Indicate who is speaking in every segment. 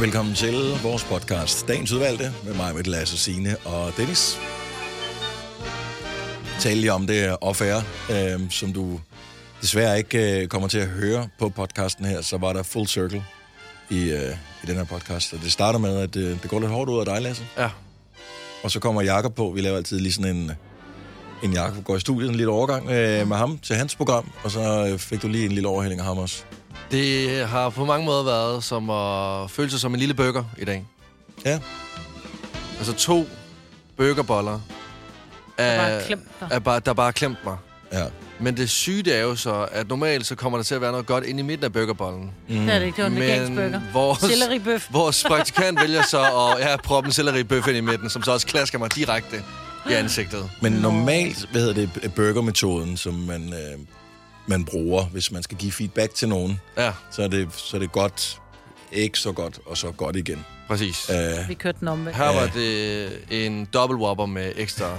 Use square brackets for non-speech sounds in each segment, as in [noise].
Speaker 1: Velkommen til vores podcast, Dagens Udvalgte, med mig, med Lasse, Signe og Dennis. Tal lige om det off -air, øh, som du desværre ikke øh, kommer til at høre på podcasten her, så var der full circle i, øh, i den her podcast. Og det starter med, at øh, det går lidt hårdt ud af dig, Lasse.
Speaker 2: Ja.
Speaker 1: Og så kommer Jakob på. Vi laver altid lige sådan en... En Jakob går i studiet, en lille overgang øh, med ham til hans program, og så øh, fik du lige en lille overhældning af ham også.
Speaker 2: Det har på mange måder været som at føle sig som en lille burger i dag.
Speaker 1: Ja.
Speaker 2: Altså to burgerboller,
Speaker 3: Der bare
Speaker 2: er,
Speaker 3: klemt dig.
Speaker 2: er bare, der bare har klemt mig.
Speaker 1: Ja.
Speaker 2: Men det syge det er jo så, at normalt så kommer der til at være noget godt inde i midten af burgerbollen.
Speaker 3: Mm. Det er det ikke. Det var en vegansk burger.
Speaker 2: Men vores,
Speaker 3: Selleribøf.
Speaker 2: [laughs] vores praktikant vælger så at ja, proppe en selleribøf ind i midten, som så også klasker mig direkte i ansigtet.
Speaker 1: Men normalt, hvad hedder det, øh, burgermetoden, som man, øh, man bruger, hvis man skal give feedback til nogen,
Speaker 2: Ja,
Speaker 1: så er det, så er det godt, ikke så godt, og så godt igen.
Speaker 2: præcis.
Speaker 1: Øh,
Speaker 3: Vi kørte den omvendt.
Speaker 2: Her var det en double whopper med ekstra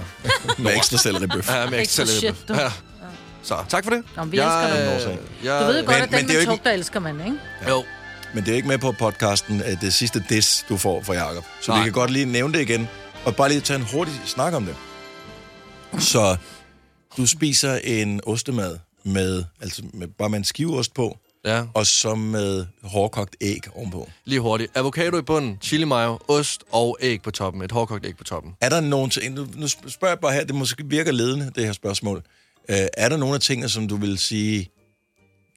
Speaker 1: med ekstra selleribøf.
Speaker 2: Ja, med ekstra
Speaker 3: Ekstra
Speaker 2: lidt.
Speaker 3: shit, du.
Speaker 2: Ja. Så tak for det.
Speaker 3: Nå, men vi elsker dig.
Speaker 2: øh,
Speaker 1: Nogen
Speaker 2: jeg,
Speaker 3: Du ved jo godt,
Speaker 1: Men-
Speaker 3: at
Speaker 1: men
Speaker 3: den,
Speaker 1: det er jo
Speaker 3: man
Speaker 1: ikke-
Speaker 3: tugter, elsker man, ikke?
Speaker 2: Jo,
Speaker 1: Men det er ikke med på podcasten, at det sidste diss, du får fra Jacob. Så Nej. vi
Speaker 2: Nej.
Speaker 1: kan godt lige nævne det igen, og bare lige tage en hurtig snak om det. Så du spiser en ostemad med, altså med, bare med en skiveost på,
Speaker 2: ja.
Speaker 1: og så med hårdkogt æg ovenpå.
Speaker 2: Lige hurtigt. Avocado i bunden, chili mayo, ost og æg på toppen. Et hårdkogt æg på toppen.
Speaker 1: Er der nogen ting, nu, nu spørger jeg bare her, det måske virker ledende, det her spørgsmål. Øh, er der nogle af tingene, som du vil sige,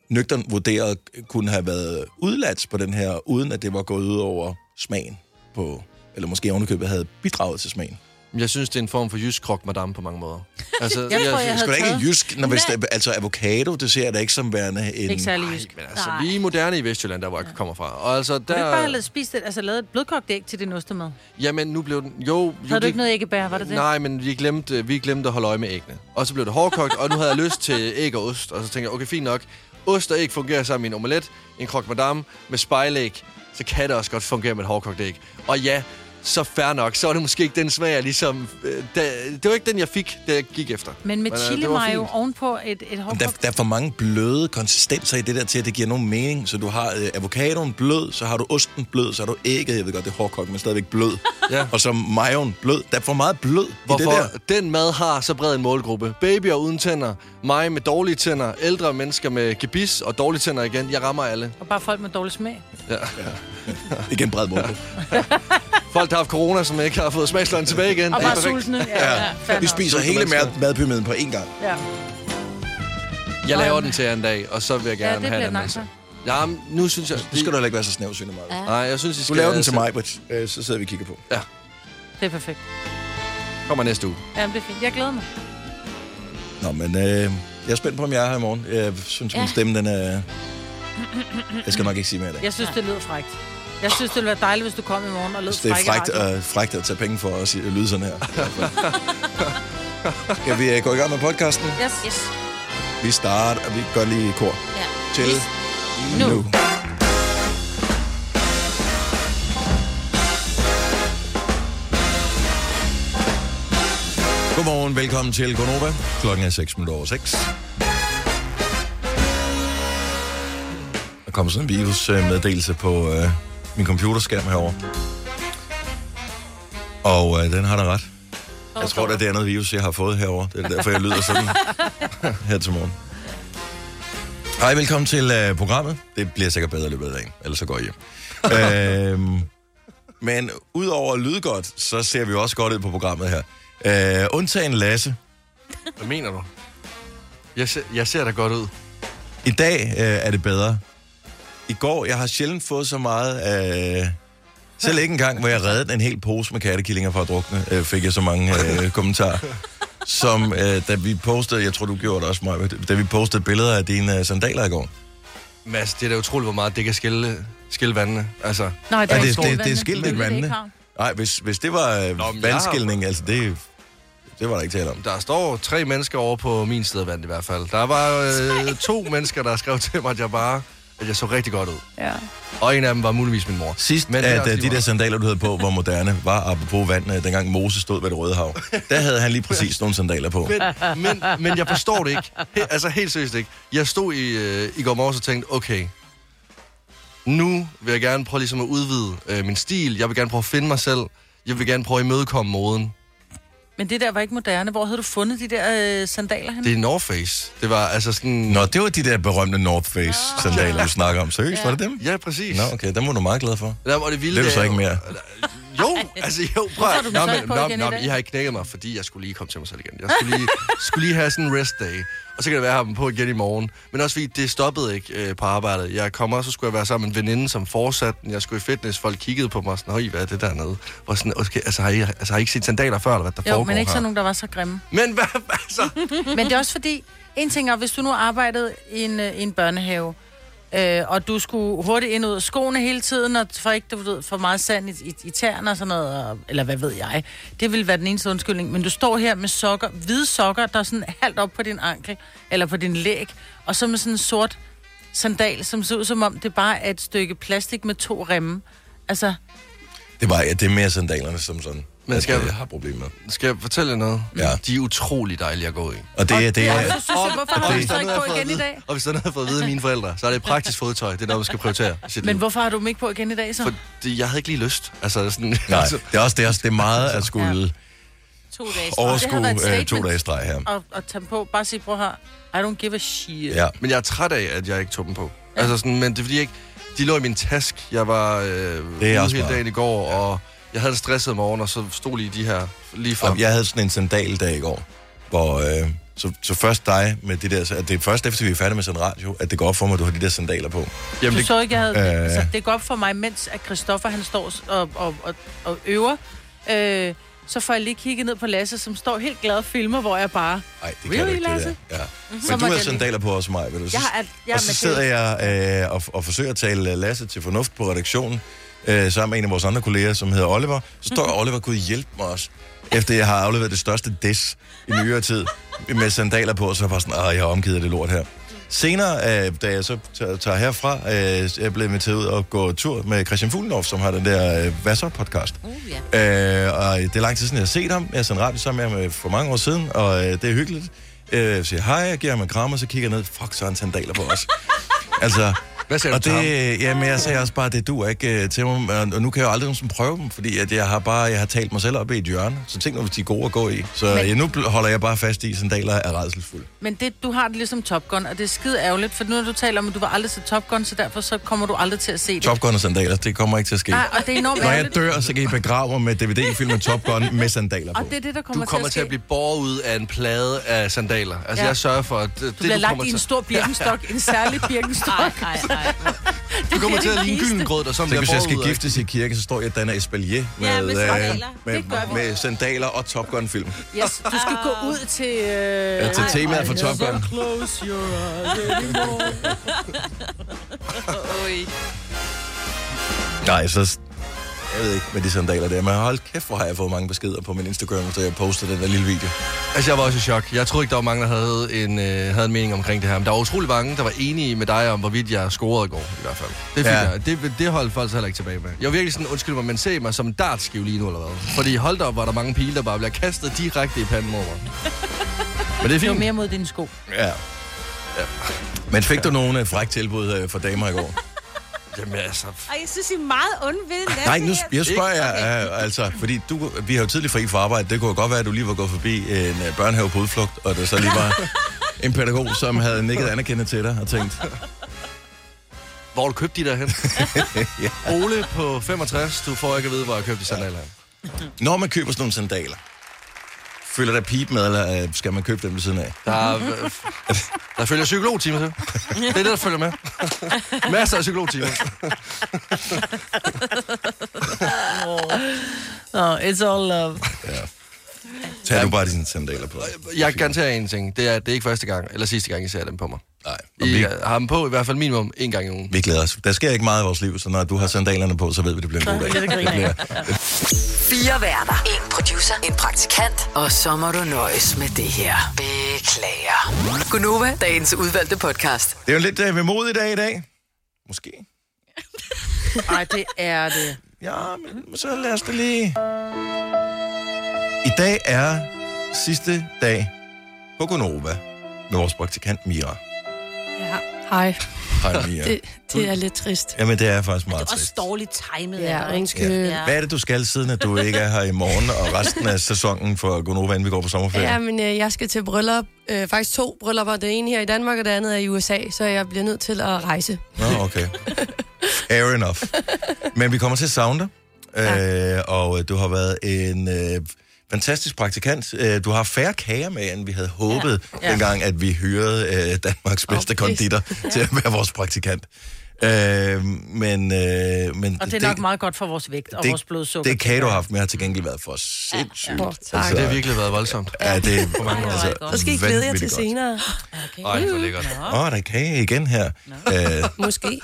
Speaker 1: nøgteren vurderet, kunne have været udladt på den her, uden at det var gået ud over smagen på, eller måske ovenikøbet havde bidraget til smagen?
Speaker 2: Jeg synes, det er en form for jysk croque madame på mange
Speaker 3: [laughs]
Speaker 2: måder. Altså,
Speaker 3: Jeg tror, jeg havde-
Speaker 1: Skulle der ikke
Speaker 3: taget-
Speaker 1: jysk, når hvis
Speaker 3: Nej.
Speaker 1: det, altså avocado, det ser jeg da ikke som værende en...
Speaker 3: Ikke særlig jysk.
Speaker 2: Ej, men altså,
Speaker 3: Nej.
Speaker 2: vi er moderne i Vestjylland, der hvor jeg kommer fra. Og altså,
Speaker 3: Kunne du ikke bare
Speaker 2: der...
Speaker 3: have lavet- spist et, altså lavet et blødkogt æg til din ostemad?
Speaker 2: Jamen, nu blev den... Jo, jo
Speaker 3: Havde du
Speaker 2: det-
Speaker 3: ikke noget æggebær, var det det?
Speaker 2: Nej, men vi glemte, vi glemte at holde øje med æggene. Og så blev det hårdkogt, og nu havde jeg lyst til æg og ost. Og så tænkte jeg, okay, fint nok. Ost og æg fungerer sammen i en omelet, en croque madame med spejlæg. Så kan det også godt fungere med et hårdkogt æg. Og ja, så fair nok. Så var det måske ikke den smag, jeg ligesom... Øh, da, det var ikke den, jeg fik, da jeg gik efter.
Speaker 3: Men med
Speaker 2: øh,
Speaker 3: chili
Speaker 2: det var
Speaker 3: mayo
Speaker 2: fint.
Speaker 3: ovenpå et, et
Speaker 1: Men Der,
Speaker 3: hårdkogt...
Speaker 1: der er for mange bløde konsistenser i det der til, at det giver nogen mening. Så du har øh, avocadoen blød, så har du osten blød, så har du ægget, jeg ved godt, det er hårdkogt, men stadigvæk blød.
Speaker 2: Ja.
Speaker 1: Og så majoen blød. Der er for meget blød i det
Speaker 2: Hvorfor
Speaker 1: der.
Speaker 2: den mad har så bred en målgruppe. Babyer uden tænder, mig med dårlige tænder, ældre mennesker med gebis og dårlige tænder igen. Jeg rammer alle.
Speaker 3: Og bare folk med dårlig smag.
Speaker 1: Igen bred mål.
Speaker 2: Folk, der har haft corona, som ikke har fået smagsløgn tilbage igen.
Speaker 3: Og
Speaker 2: Det er
Speaker 3: bare
Speaker 2: perfekt.
Speaker 3: sultne. Ja, ja. fair
Speaker 1: Vi
Speaker 3: nok.
Speaker 1: spiser hele mad- madpyramiden på én gang.
Speaker 3: Ja.
Speaker 2: Jeg laver den til jer en dag, og så vil jeg
Speaker 3: Ja,
Speaker 2: gerne
Speaker 3: det
Speaker 2: have
Speaker 3: bliver
Speaker 2: den
Speaker 3: nok så.
Speaker 2: anden. Ja, men nu synes jeg...
Speaker 1: Nu skal du heller ikke være så snævsynet, Maja.
Speaker 2: Nej, jeg synes, I
Speaker 1: Du
Speaker 2: skal...
Speaker 1: laver den til mig, Britt. Øh, så sidder vi og kigger på.
Speaker 2: Ja,
Speaker 3: Det er perfekt.
Speaker 2: kommer næste uge.
Speaker 3: Jamen, det er fint. Jeg glæder mig.
Speaker 1: Nå, men øh, jeg er spændt på, om jeg er her i morgen. Jeg synes, min
Speaker 4: Ja.
Speaker 1: stemme, den er... Jeg skal nok ikke sige mere i dag.
Speaker 3: Jeg synes, det lyder frægt. Jeg synes, det ville være dejligt, hvis du kom i morgen og lød
Speaker 1: Det er
Speaker 3: fræk i
Speaker 1: frækt,
Speaker 3: radioen.
Speaker 1: øh, frækt at tage penge for at sige- lyde sådan her. i hvert fald. [laughs] Skal vi øh, gå i gang med podcasten?
Speaker 3: Yes. yes.
Speaker 4: Yes.
Speaker 1: Vi starter, og vi gør lige et kor.
Speaker 4: Ja.
Speaker 1: Til nu.
Speaker 3: Nu.
Speaker 1: nu. Godmorgen, velkommen til Gonova. Klokken er 6 minutter over 6. Der kommer sådan en virusmeddelelse på øh, min computerskærm herover. Og øh, den har da ret. Jeg tror da, det er noget virus, jeg har fået herover. Det er derfor, jeg lyder sådan [laughs] her til morgen. Hej, velkommen til øh, programmet. Det bliver sikkert bedre i løbet af dagen, ellers så går jeg hjem. øhm, men udover at lyde godt, så ser vi også godt ud på programmet her. Øh, undtagen Lasse.
Speaker 2: Hvad mener du? Jeg ser, jeg ser da godt ud.
Speaker 1: I dag øh, er det bedre. I går, jeg har sjældent fået så meget... Øh, selv ikke engang, hvor jeg reddede en hel pose med kattekillinger fra at drukne, øh, fik jeg så mange øh, kommentarer. Som øh, da vi postede, jeg tror du gjorde det også mig, da vi postede billeder af dine øh, sandaler i går.
Speaker 2: Mads, det er da utroligt, hvor meget det kan skille, skille vandene. Altså,
Speaker 3: Nej,
Speaker 1: Ja,
Speaker 3: var
Speaker 1: det,
Speaker 3: ikke
Speaker 1: det, det er
Speaker 3: vandene.
Speaker 1: skilt lidt
Speaker 3: Det er det
Speaker 1: vandene.
Speaker 3: ikke, Harm.
Speaker 1: Nej, hvis, hvis det var øh,
Speaker 2: Nå, men jeg har-
Speaker 1: vandskilning, altså det, det var der ikke tale om.
Speaker 2: der står tre mennesker over på min sted af vandet i hvert fald. Der var øh, to mennesker, der skrev til mig, at jeg bare at jeg så rigtig godt ud.
Speaker 3: Ja.
Speaker 2: Og en af dem var muligvis min mor.
Speaker 1: Sidst,
Speaker 2: Men
Speaker 1: Men
Speaker 2: det er
Speaker 1: at
Speaker 2: også
Speaker 1: øh, de
Speaker 2: lige
Speaker 1: der
Speaker 2: meget.
Speaker 1: sandaler, du havde på, var moderne, var apropos vand, øh, dengang Moses stod ved det røde hav. Der havde han lige præcis nogle sandaler på.
Speaker 2: Men, men, men jeg forstår det ikke. He, altså helt seriøst ikke. Jeg stod i, øh, i går morges og tænkte, okay, nu vil jeg gerne prøve ligesom at udvide øh, min stil. Jeg vil gerne prøve at finde mig selv. Jeg vil gerne prøve at imødekomme moden.
Speaker 3: Men det der var ikke moderne. Hvor havde du fundet de der øh, sandaler henne?
Speaker 2: Det er North Face. Det var altså sådan...
Speaker 1: Nå, det var de der berømte North Face-sandaler, du snakker om. Seriøst, var det dem?
Speaker 2: Ja, præcis.
Speaker 1: Nå, okay, dem var du meget glad for.
Speaker 2: Jamen, og det vilde
Speaker 1: Det er du så
Speaker 2: er
Speaker 1: ikke
Speaker 2: jo-
Speaker 1: mere.
Speaker 2: Jo, altså jo, prøv
Speaker 3: tager du
Speaker 2: at...
Speaker 3: dem
Speaker 2: Nå,
Speaker 3: så
Speaker 2: men,
Speaker 3: ikke på
Speaker 2: nå,
Speaker 3: igen i
Speaker 2: nå,
Speaker 3: dag?
Speaker 2: I har ikke knækket mig, fordi jeg skulle lige komme til mig selv igen. Jeg skulle lige, skulle lige have sådan en rest day. Og så kan det være, at jeg har dem på igen i morgen. Men også fordi det stoppede ikke øh, på arbejdet. Jeg kom også, så skulle jeg være sammen med en veninde, som fortsatte den. Jeg skulle i fitness, folk kiggede på mig og sådan, høj, hvad er det dernede? Og sådan, okay, altså har, I, altså, har I ikke set sandaler før, eller hvad der
Speaker 3: Jo,
Speaker 2: foregår
Speaker 3: men ikke
Speaker 2: her?
Speaker 3: sådan nogen, der var så grimme. [laughs]
Speaker 2: Men hvad, altså...
Speaker 3: Men det er også fordi, en ting er, hvis du nu arbejdede i en, øh, i en børnehave, øh, og du skulle hurtigt ind og ud af skoene hele tiden, og for ikke du ved, for meget sand i, i, i tæerne og sådan noget, og, eller hvad ved jeg. Det ville være den eneste undskyldning. Men du står her med sokker, hvide sokker, der er sådan halvt op på din ankel, eller på din læg, og så med sådan en sort sandal, som ser ud som om, det bare er et stykke plastik med to remme. Altså,
Speaker 1: Det var, ja, det er mere sandalerne som sådan.
Speaker 2: Men skal
Speaker 1: at, øh,
Speaker 2: jeg-
Speaker 1: jeg har problemer med.
Speaker 2: Skal jeg fortælle jer noget?
Speaker 1: Ja.
Speaker 2: De er utrolig dejlige at gå i.
Speaker 1: Og det, og det, det er...
Speaker 3: så synes jeg, hvorfor
Speaker 2: Og
Speaker 3: har du
Speaker 2: hvis der
Speaker 3: så
Speaker 2: er
Speaker 3: ikke
Speaker 2: noget, jeg
Speaker 3: på
Speaker 2: har
Speaker 3: igen
Speaker 2: fået
Speaker 3: i
Speaker 2: at vide-
Speaker 3: dag?
Speaker 2: Og hvis der er noget, jeg har fået at vide af mine forældre, så er det praktisk fodtøj. Det er noget, man skal prioritere. i sit
Speaker 3: Men
Speaker 2: liv.
Speaker 3: hvorfor har du dem ikke på igen i dag så?
Speaker 2: Fordi jeg havde ikke lige lyst. Altså sådan... [laughs]
Speaker 1: Nej,
Speaker 2: altså,
Speaker 1: det er også det, er også, det er meget at skulle ja.
Speaker 3: to dage
Speaker 1: overskue øh, to dage i streg her.
Speaker 3: Og, og tage dem på. Bare sige, prøv her. I don't give a shit.
Speaker 1: Ja.
Speaker 2: men jeg er træt af, at jeg ikke tog dem på. Altså sådan, men det er fordi jeg ikke... De lå i min task. Jeg var øh, ude
Speaker 1: også
Speaker 2: hele
Speaker 1: meget.
Speaker 2: dagen i går, og jeg havde en stresset morgen, og så stod lige de her lige for.
Speaker 1: Og jeg havde sådan en sandaldag i går, hvor... Øh, så, så først dig med det der... så- At det er først efter, vi er færdige med sådan en radio, at det går op for mig, at du har de der sandaler på.
Speaker 2: Jamen,
Speaker 3: Du
Speaker 2: det,
Speaker 3: så ikke, jeg havde...
Speaker 1: Øh.
Speaker 3: Øh. Altså, det går op for mig, mens at Christoffer, han står s- og, og, og, og øver. Øh, så får jeg lige kigget ned på Lasse, som står helt glad og filmer, hvor jeg bare...
Speaker 1: Nej, det kan
Speaker 3: Really,
Speaker 1: du ikke, det
Speaker 3: Lasse?
Speaker 1: der. Ja. Men
Speaker 3: Så må
Speaker 1: du har
Speaker 3: jeg lige-
Speaker 1: sandaler på også mig, vil du
Speaker 3: Jeg har, alt- jeg
Speaker 1: og så sidder jeg øh, og, og forsøger at tale øh, Lasse til fornuft på redaktionen, øh, sammen med en af vores andre kolleger, som hedder Oliver. Så står Oliver, kunne I hjælpe mig også? Efter jeg har afleveret det største des i nyere tid, med sandaler på, så er jeg bare sådan, ah, jeg har omgivet af det lort her. Senere, øh, da jeg så tager- tager herfra, øh, jeg blev inviteret ud og gå tur med Christian Fuglendorf, som har den der øh, Hvad så podcast.
Speaker 4: Uh, ja.
Speaker 1: Øh, og det er lang tid siden, jeg har set ham. Jeg sendte radio sammen med ham øh, for mange år siden, og øh, det er hyggeligt. Øh, jeg siger hej, jeg giver ham en kram, og så kigger jeg ned. Fuck, så har han sandaler på os. altså,
Speaker 2: hvad sagde
Speaker 1: og
Speaker 2: du til ham?
Speaker 1: det, jamen, jeg sagde også bare, det du ikke øh, til mig, og og nu kan jeg jo aldrig nogensinde prøve dem, fordi at jeg har bare jeg har talt mig selv op i et hjørne, så tænk nu, hvis de er gode at gå i. Så
Speaker 3: Men-
Speaker 1: Men... nu bl- holder jeg bare fast i, at sandaler er redselsfulde.
Speaker 3: Men det, du har det ligesom Top Gun, og det er skide ærgerligt, for nu når du taler om, at du var aldrig til Top Gun, så derfor så kommer du aldrig til at se det.
Speaker 1: Top Gun og sandaler, det kommer ikke til at ske.
Speaker 3: Nej, og det Ah, er enormt
Speaker 1: Når jeg
Speaker 3: ærgerligt.
Speaker 1: dør, så kan I begrave mig med DVD-filmen Top Gun med sandaler på.
Speaker 3: Og det er det, der kommer,
Speaker 2: Du kommer til
Speaker 3: ske.
Speaker 2: at blive båret ud af en plade af sandaler. Altså,
Speaker 3: Ja.
Speaker 2: jeg sørger for, at det,
Speaker 3: Du bliver
Speaker 2: det,
Speaker 3: lagt i en stor birkenstok, en særlig birkenstok.
Speaker 4: Ej, ej, ej.
Speaker 2: Du kommer
Speaker 3: [laughs]
Speaker 2: til at ligne
Speaker 3: det viste.
Speaker 2: gyldengrød, og så
Speaker 1: Så
Speaker 2: bliver
Speaker 1: hvis jeg
Speaker 2: båret
Speaker 1: skal
Speaker 2: ud af-
Speaker 1: giftes i kirke, så står jeg og danner espalier med,
Speaker 4: Ja, med sandaler.
Speaker 1: øh, med,
Speaker 3: Det gør vi.
Speaker 1: med sandaler og Top Gun-film.
Speaker 3: Yes, du skal gå ud til... Øh,
Speaker 1: Ja, til temaet for Top Gun.
Speaker 3: Close your eyes anymore.
Speaker 4: Ui.
Speaker 1: Nej, så... Jeg ved ikke med de sandaler der, men hold kæft, hvor har jeg fået mange beskeder på min Instagram, så jeg postede den der lille video.
Speaker 2: Altså, jeg var også i chok. Jeg troede ikke, der var mange, der havde en, øh, havde en mening omkring det her. Men der var utrolig mange, der var enige med dig om, hvorvidt jeg scorede i går, i hvert fald. Det,
Speaker 1: Ja.
Speaker 2: ja. jeg. det, det holdt folk så heller ikke tilbage med. Jeg var virkelig sådan, undskyld mig, men se mig som en dartskive lige nu, eller hvad? Fordi hold da op, var der mange pile, der bare bliver kastet direkte i panden over. Men det er
Speaker 3: Det var
Speaker 2: fint.
Speaker 3: mere mod dine sko.
Speaker 1: Ja. ja. Men fik du nogle øh, fræk tilbud øh, fra damer i
Speaker 4: [laughs]
Speaker 1: går?
Speaker 2: Jamen altså,
Speaker 4: Ej, jeg synes, I er meget undvidende.
Speaker 1: Nej, nu sp- jeg spørger jeg, øh, altså, fordi du, vi har jo tidlig fri fra arbejde. Det kunne jo godt være, at du lige var gået forbi en øh, børnehave på udflugt, og der så lige
Speaker 4: [laughs]
Speaker 1: var en pædagog, som havde nikket anerkendende til dig og tænkt,
Speaker 2: hvor har du købt de der [laughs] hen? Ole på 65, du får ikke at vide, hvor jeg købte de sandaler. hen.
Speaker 1: Når man køber sådan nogle sandaler, følger der pip med, eller øh, skal man købe dem ved siden af?
Speaker 2: Der, er, øh, der følger psykologtimer til. Det er det, der følger [laughs] med. Masser af psykologtimer.
Speaker 3: Oh, it's all love.
Speaker 1: Tag ja. du bare dine sandaler på.
Speaker 2: Jeg garanterer en ting. Det er, at det er ikke første gang, eller sidste gang, I ser dem på mig.
Speaker 1: Nej, og
Speaker 2: I
Speaker 1: vi,
Speaker 2: øh, har dem på i hvert fald minimum en gang i ugen.
Speaker 1: vi glæder os. Der sker ikke meget i vores liv, så når du har sandalerne på, så ved vi, det bliver en god dag.
Speaker 3: bliver det grin af.
Speaker 5: Fire værter. En producer. En praktikant. Og så må du nøjes med det her. Beklager. Gunova, dagens udvalgte podcast.
Speaker 1: Det er jo lidt øh, ved mod i dag i dag. Måske.
Speaker 3: Ej, det er det.
Speaker 1: Ja, men så lad os da lige... I dag er sidste dag på Gonova med vores praktikant Mira.
Speaker 3: Ja.
Speaker 6: Hej.
Speaker 1: Hej, Mia.
Speaker 6: Det, det er lidt trist.
Speaker 1: Jamen, det er faktisk meget
Speaker 4: Også
Speaker 1: trist.
Speaker 4: dårligt timet.
Speaker 6: Ja,
Speaker 4: eller-
Speaker 6: undskyld.
Speaker 4: Ja.
Speaker 1: Hvad er det, du skal, siden at du ikke er her i morgen og resten af sæsonen for Gonova, inden vi går på sommerferie?
Speaker 6: Ja, men øh, jeg skal til bryllup. Øh, faktisk to bryllupper. Det ene her i Danmark, og det andet er i USA. Så jeg bliver nødt til at rejse.
Speaker 1: Nå, okay. Fair enough. Men vi kommer til at savne dig. Øh, og øh, du har været en øh, fantastisk praktikant. Øh, du har færre kager med, end vi havde håbet, ja.
Speaker 3: Ja.
Speaker 1: dengang at vi hyrede øh, Danmarks bedste
Speaker 6: pis.
Speaker 1: konditor til at være vores praktikant. Øh, men, øh, men
Speaker 3: Og det er nok meget godt for vores vægt og vores blodsukker.
Speaker 1: det kage, du har haft med, har til gengæld været for sindssygt. Altså,
Speaker 6: Åh, tak.
Speaker 2: Det har virkelig været voldsomt.
Speaker 1: Ja, det er på
Speaker 4: Ej,
Speaker 1: mange
Speaker 4: hvor
Speaker 1: måder.
Speaker 4: er det godt.
Speaker 6: Så skal I glæde jer til
Speaker 1: vanvittigt godt.
Speaker 6: senere.
Speaker 2: Ej, hvor lækkert.
Speaker 1: Åh, oh, der er kage igen her. Øh,
Speaker 6: [gasps] Måske.
Speaker 1: Nice.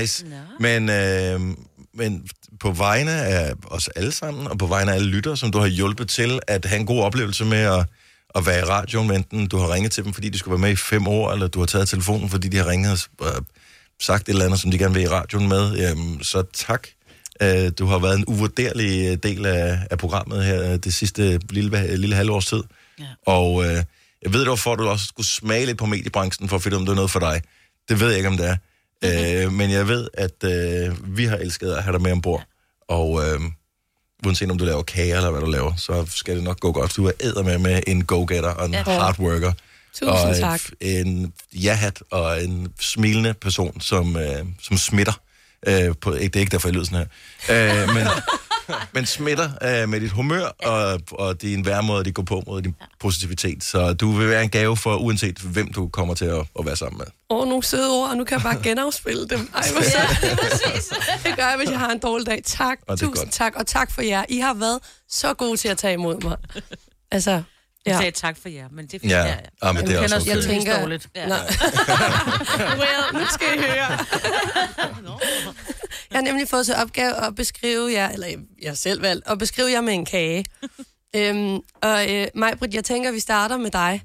Speaker 1: Nice. Men, øh, men på vegne af os alle sammen, og på vegne af alle lyttere, som du har hjulpet til at have en god oplevelse med at, at være i radioen, hvad enten du har ringet til dem, fordi de skulle være med i fem år, eller du har taget telefonen, fordi de har ringet og s- og sagt et eller andet, som de gerne vil i radioen med, øh, så tak. Øh, Du har været en uvurderlig øh, del af, af programmet her øh, det sidste lille, øh, lille halvårs tid. Ja. Og øh, jeg ved, det var for, at du også skulle smage lidt på mediebranchen for at finde ud af, om det var noget for dig. Det ved jeg ikke, om det er. Øh, men jeg ved, at øh, vi har elsket at have dig med ombord. Og øh, uanset om du laver kager eller hvad du laver, så skal det nok gå godt. Du er med med en go-getter og en ja. hard worker.
Speaker 6: Tusind
Speaker 1: og
Speaker 6: tak.
Speaker 1: en ja-hat og en smilende person, som, øh, som smitter. Øh, på, ikke- det er ikke derfor, jeg lyder sådan her. Øh, men, [laughs] men smitter øh, med dit humør og, og din væremåde, dit går på mod din positivitet. Så du vil være en gave for, uanset hvem du kommer til at, at være sammen med.
Speaker 6: Åh, nogle søde ord, og nu kan jeg
Speaker 1: [laughs]
Speaker 6: bare genafspille dem. Ej, hvor sødt. [laughs] Det gør jeg, hvis jeg har en dårlig dag. Tak.
Speaker 1: Og det er
Speaker 6: Tusind
Speaker 1: godt.
Speaker 6: tak, og tak for jer. I har været så gode til at tage imod mig. Altså,
Speaker 4: Jeg
Speaker 6: ja.
Speaker 4: sagde tak for jer, men det er
Speaker 1: Ja, ja, ja. Ah, men det er også
Speaker 3: kender os
Speaker 1: okay.
Speaker 3: Jeg tænker dårligt.
Speaker 4: Ja.
Speaker 6: Nej.
Speaker 4: Well, nu skal I høre.
Speaker 6: Jeg har nemlig fået til opgave at beskrive jer, eller jeg- jeg har selv valgt, at beskrive jer med en kage. øhm, og øh, Majbrit, jeg tænker, vi starter med dig.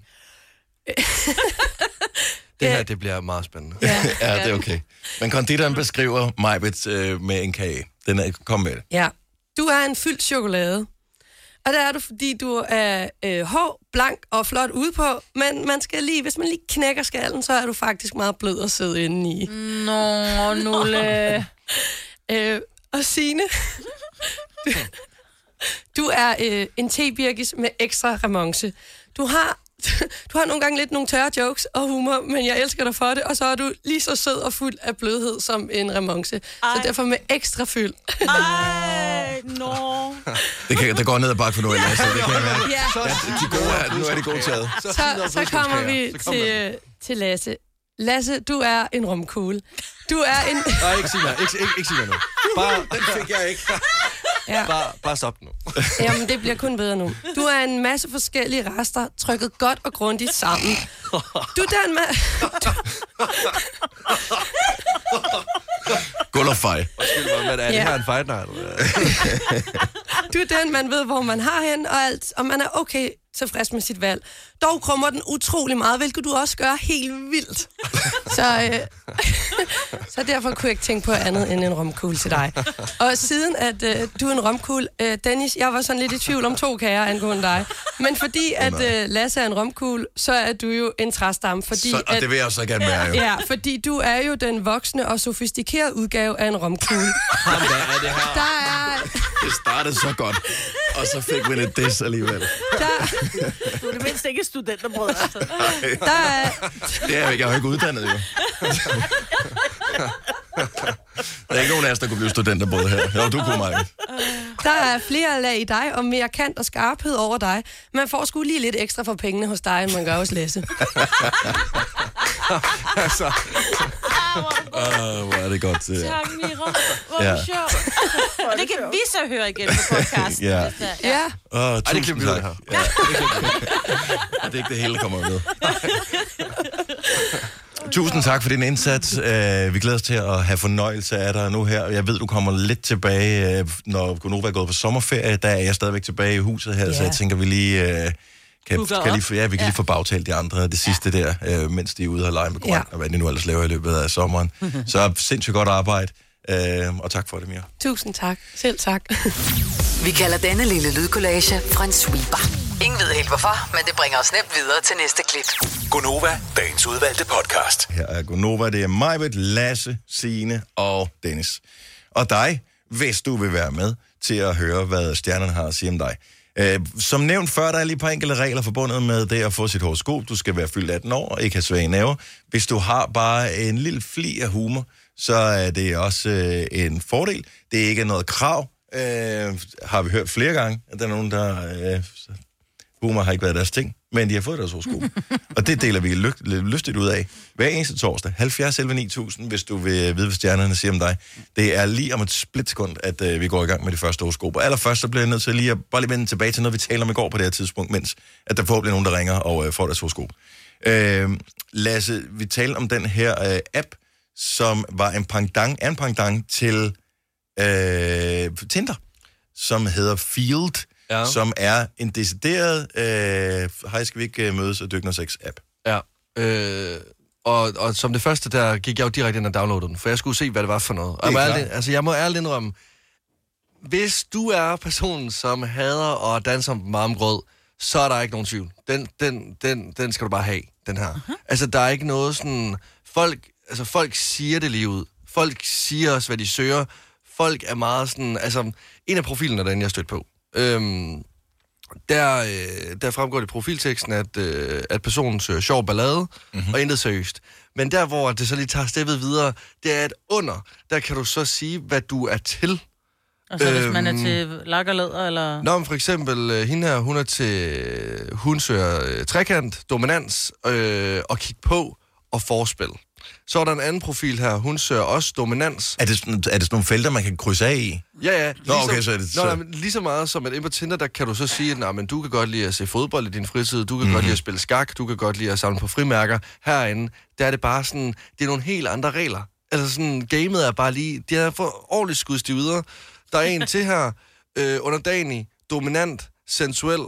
Speaker 2: Det her, det bliver meget spændende.
Speaker 1: [laughs] Ja, det er okay. Men konditoren beskriver Majbet øh, med en kage. Den er, kom med det.
Speaker 6: Ja. Du er en fyldt chokolade. Og det er du, fordi du er øh, hård, blank og flot udpå, men man skal lige, hvis man lige knækker skallen, så er du faktisk meget blød og sød indeni. Mm.
Speaker 3: Nå, Nulle.
Speaker 6: Øh, og [laughs] Signe, du, du er øh, en tebirkis med ekstra remonce. Du har, du har nogle gange lidt nogle tørre jokes og humor, men jeg elsker dig for det, og så er du lige så sød og fuld af blødhed som en remonce. Så derfor med ekstra fyld.
Speaker 4: Ej, nå.
Speaker 1: Det, kan, det går ned ad bakke for nu, ellers. så Det kan jeg mærke.
Speaker 6: Ja.
Speaker 1: Ja, de gode er, nu er det gode taget.
Speaker 6: så, så kommer vi til, øh, til Lasse. Lasse, du er en rumkugle. Du er en... [laughs]
Speaker 2: Nej, ikke sige noget. Ikke, ikke, ikke sige noget nu. Bare, den fik jeg ikke.
Speaker 6: Ja.
Speaker 2: Bare, bare stop nu.
Speaker 6: Jamen, det bliver kun bedre nu. Du er en masse forskellige rester, trykket godt og grundigt [laughs] sammen. Du er den ma-
Speaker 1: Guld og fej.
Speaker 2: Men er det her en fight night? eller hvad?
Speaker 6: du er den, man ved, hvor man har hen og alt, og man er okay tilfreds med sit valg. Dog krummer den utrolig meget, hvilket du også gør helt vildt. Så, øh, [laughs] så derfor kunne jeg ikke tænke på andet end en romkugle til dig. Og siden at øh, du er en romkugle, øh, Dennis, jeg var sådan lidt i tvivl om to kager angående dig. Men fordi at øh, Lasse er en romkugle, så er du jo en træstamme. Fordi
Speaker 1: Så, og
Speaker 6: at,
Speaker 1: det vil jeg så gerne være, jo.
Speaker 6: Ja, fordi du er jo den voksne og sofistikerede udgave af en romkugle.
Speaker 2: Ham der er det her.
Speaker 6: Der er,
Speaker 1: Det startede så godt, og så fik vi lidt des alligevel.
Speaker 6: der,
Speaker 3: Du er det mindste ikke studenterbrød, altså.
Speaker 6: der er,
Speaker 1: Det er jeg ikke. Jeg er jo ikke uddannet, jo. Der er ikke nogen af os, der kunne blive studenter både her. Jo, du kunne, Maja.
Speaker 6: Der er flere lag i dig, og mere kant og skarphed over dig. Man får sgu lige lidt ekstra for pengene hos dig, end man gør hos Lasse.
Speaker 4: Ah,
Speaker 1: Åh, hvor er det godt. øh.
Speaker 4: Tak, Mira. Hvor
Speaker 1: Ja.
Speaker 4: ja. sjovt. Og det kan vi så høre igen på podcasten.
Speaker 1: Ja.
Speaker 4: hvis det er.
Speaker 6: Ja,
Speaker 1: Åh,
Speaker 2: Ej, det
Speaker 1: tusind
Speaker 2: klipper vi ud
Speaker 1: tak.
Speaker 2: her.
Speaker 1: Ja, det er ikke det hele, der kommer med. Tusind tak for din indsats. Uh, vi glæder os til at have fornøjelse af dig nu her. Jeg ved, du kommer lidt tilbage, uh, når Gunova er gået på sommerferie. Der er jeg stadigvæk tilbage i huset her, yeah. så
Speaker 6: Ja.
Speaker 1: jeg tænker, vi lige... Uh, kan,
Speaker 4: Hooker
Speaker 1: kan
Speaker 4: op.
Speaker 1: lige, ja, vi kan ja. lige få bagtalt de andre, det sidste der, øh, mens de er ude og lege med grøn, ja.
Speaker 6: Ja.
Speaker 1: og hvad de nu ellers laver i løbet af sommeren. Så sindssygt godt arbejde, øh, og tak for det, Mia.
Speaker 6: tusind tak. Selv tak.
Speaker 5: Vi kalder denne lille lydkollage Frans sweeper. Ingen ved helt hvorfor, men det bringer os nemt videre til næste klip.
Speaker 7: Gunova, dagens udvalgte podcast.
Speaker 1: Her er Gunova, det er Majbet, Lasse, Sine og Dennis. Og dig, hvis du vil være med til at høre, hvad stjernerne har at sige om dig. Øh, Som nævnt før, der er lige et par enkelte regler forbundet med det at få sit horoskop. Du skal være fyldt 18 år og ikke have svage næver. Hvis du har bare en lille fli af humor, så er det også øh, en fordel. Det er ikke noget krav, øh, har vi hørt flere gange, at der er nogen, der øh, Boomer har ikke været deres ting, men de har fået deres horoskop. og det deler vi lyk- lystigt ud af hver eneste torsdag. 70 11 9000, hvis du vil vide, hvad stjernerne siger om dig. Det er lige om et splitsekund, at øh, vi går i gang med det første horoskop. Og allerførst så bliver jeg nødt til lige at bare lige vende tilbage til noget, vi talte om i går på det her tidspunkt, mens at der forhåbentlig er nogen, der ringer og øh, får deres horoskop. Øh, Lasse, vi talte om den her øh, app, som var en pangdang, en pangdang til øh, Tinder, som hedder Field, ja.
Speaker 2: Ja.
Speaker 1: som er en decideret, øh, hej, skal vi ikke øh, mødes og dykke noget sex-app?
Speaker 2: Ja. Øh, og, og som det første, der gik jeg jo direkte ind og downloadede den, for jeg skulle se, hvad det var for noget. Og jeg, må
Speaker 1: Det er
Speaker 2: ærligt,
Speaker 1: klart.
Speaker 2: altså, jeg må ærligt indrømme, hvis du er personen, som hader og danser om marmgrød, så er der ikke nogen tvivl. Den, den, den, den skal du bare have, den her. Uh-huh. Altså, der er ikke noget sådan... Folk, altså, folk siger det lige ud. Folk siger os, hvad de søger. Folk er meget sådan... Altså, en af profilerne, den jeg stødte på, øhm, der, øh, der fremgår det i profilteksten, at, øh, at personen søger sjov ballade mm-hmm. og intet seriøst. Men der, hvor det så lige tager steppet videre, det er, at under, der kan du så sige, hvad du er til.
Speaker 3: Altså, øhm... hvis man
Speaker 2: Øhm.
Speaker 3: er til lak og læder, eller...
Speaker 2: Nå, men for eksempel, øh, hende her, hun er til, hun søger øh, trekant, dominans, øh, og kig på og forspil. Så er der en anden profil her, hun søger også dominans.
Speaker 1: Er det, sådan, er det sådan nogle felter, man kan krydse af i?
Speaker 2: Ja, ja.
Speaker 1: okay, så er det-
Speaker 2: Nå,
Speaker 1: så-
Speaker 2: nej, men lige så meget som at ind på Tinder, der kan du så sige, at nej, men du kan godt lide at se fodbold i din fritid, du kan mm-hmm.
Speaker 1: Mhm.
Speaker 2: godt lide at spille skak, du kan godt lide at samle på frimærker. Herinde, der er det bare sådan, det er nogle helt andre regler. Altså sådan, gamet er bare lige, det er for ordentligt skudt videre. Der er en til her, øh, underdanig, dominant, sensuel,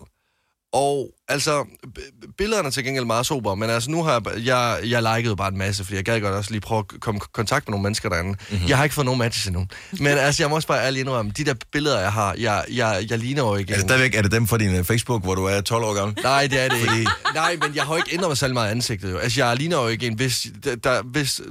Speaker 2: og altså, b- billederne er til gengæld meget sobre, men altså nu har jeg, jeg, jeg likede bare en masse, fordi jeg gad godt også lige prøve at k- komme i kontakt med nogle mennesker derinde.
Speaker 1: Mhm.
Speaker 2: Mm-hmm. Jeg har ikke fået nogen matches endnu. Men
Speaker 1: [laughs]
Speaker 2: altså, jeg må også bare ærligt indrømme, de der billeder, jeg har, jeg, jeg, jeg ligner jo ikke
Speaker 1: Er
Speaker 2: en-
Speaker 1: det Altså, stadigvæk er det dem fra din øh, Facebook, hvor du er 12 år gammel?
Speaker 2: Nej, det er det ikke. Nej, men jeg har jo ikke ændret mig særlig meget i ansigtet. Jo. Altså, jeg ligner jo ikke en, hvis... Der, der, hvis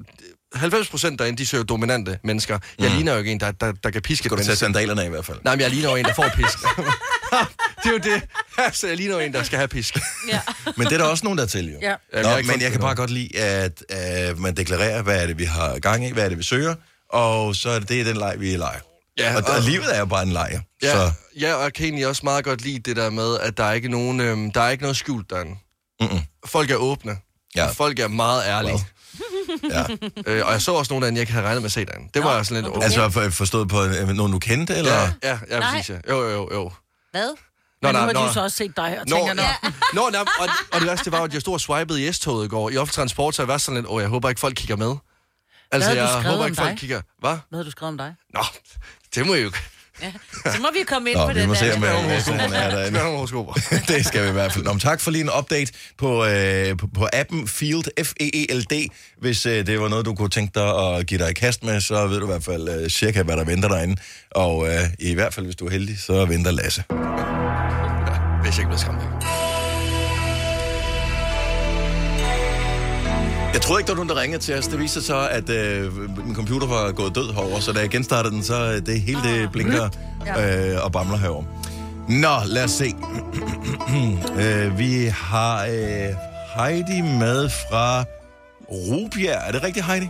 Speaker 2: 90 procent derinde, de søger dominante mennesker. Jeg ligner jo ikke en, der, der, der kan piske et
Speaker 1: Mhm. Skal du
Speaker 2: menneske.
Speaker 1: tage sandalerne af i hvert fald?
Speaker 2: Nej, men jeg ligner jo en, der får pisk. [laughs] det er jo det. Altså, jeg ligner jo en, der skal have pisk.
Speaker 4: Ja.
Speaker 1: [laughs] Men det er der også nogen, der er til, jo.
Speaker 3: Ja.
Speaker 2: jeg
Speaker 1: Nå,
Speaker 2: er
Speaker 1: jeg
Speaker 2: ikke
Speaker 1: men
Speaker 2: sådan
Speaker 1: jeg kan bare
Speaker 2: noget.
Speaker 1: godt lide, at øh, man deklarerer, hvad er det, vi har gang i, hvad er det, vi søger, og så er det, det er den leg, vi leger.
Speaker 2: Ja,
Speaker 1: og, og,
Speaker 2: og-
Speaker 1: livet er jo bare en leg, jo.
Speaker 2: Ja,
Speaker 1: så
Speaker 2: ja, og jeg kan egentlig også meget godt lide det der med, at der er ikke nogen, øhm, der er ikke noget skjult derinde. Mm-mm. Folk er åbne.
Speaker 1: Ja.
Speaker 2: Ja. Folk er meget ærlige.
Speaker 1: ja.
Speaker 2: Wow. Øh, og jeg så også nogen derinde, jeg ikke havde regnet med at se derinde. Det var jeg sådan lidt... Oh.
Speaker 1: Altså for- forstået på øh, nogen, du kendte, eller?
Speaker 2: ja,
Speaker 1: Ja.
Speaker 2: ja, ja,
Speaker 4: Nej.
Speaker 2: præcis. Ja. Jo, jo, jo, jo.
Speaker 4: Hvad?
Speaker 2: Nå,
Speaker 3: Men nu
Speaker 2: nej,
Speaker 3: har de
Speaker 2: nå.
Speaker 3: jo så også set dig og
Speaker 2: Nå,
Speaker 3: tænker, nå,
Speaker 2: nå, nå, nå, og, og det værste det var, jo, at jeg stod og swipede i S-toget i går i offentlig transport, så jeg var sådan lidt, åh, jeg håber ikke, folk kigger med. Altså,
Speaker 3: havde du
Speaker 2: jeg
Speaker 3: skrevet
Speaker 2: håber
Speaker 3: om
Speaker 2: ikke, folk
Speaker 3: dig?
Speaker 2: kigger... Hvad?
Speaker 3: hvad har du skrevet om dig?
Speaker 2: Nå, det må jeg jo ikke.
Speaker 4: Så må vi komme ind
Speaker 1: Nå,
Speaker 4: på
Speaker 1: vi
Speaker 4: den
Speaker 1: må se,
Speaker 4: der.
Speaker 1: om øh, Lasse, han er
Speaker 2: Skal
Speaker 1: derinde.
Speaker 2: jeg have nogle horoskoper?
Speaker 1: [laughs] det skal vi i hvert fald. Nå, men tak for lige en update på, øh, på, på appen Field, E F-E-E-L-D. Hvis øh, det var noget, du kunne tænke dig at give dig i kast med, så ved du i hvert fald øh, cirka, hvad der venter derinde. Og øh, i hvert fald, hvis du er heldig, så venter Lasse.
Speaker 2: Ja, Hvis jeg ikke bliver skræmt. væk.
Speaker 1: Jeg troede ikke, der var nogen, der ringede til os. Det viser så, at øh, min computer var gået død herover, så da jeg genstartede den, så øh, det hele
Speaker 8: Ah,
Speaker 1: det blinker øh, og bamler herover. Nå, lad os se. [clears throat] øh, vi har øh, Heidi med fra Rubjerg. Er det rigtigt, Heidi?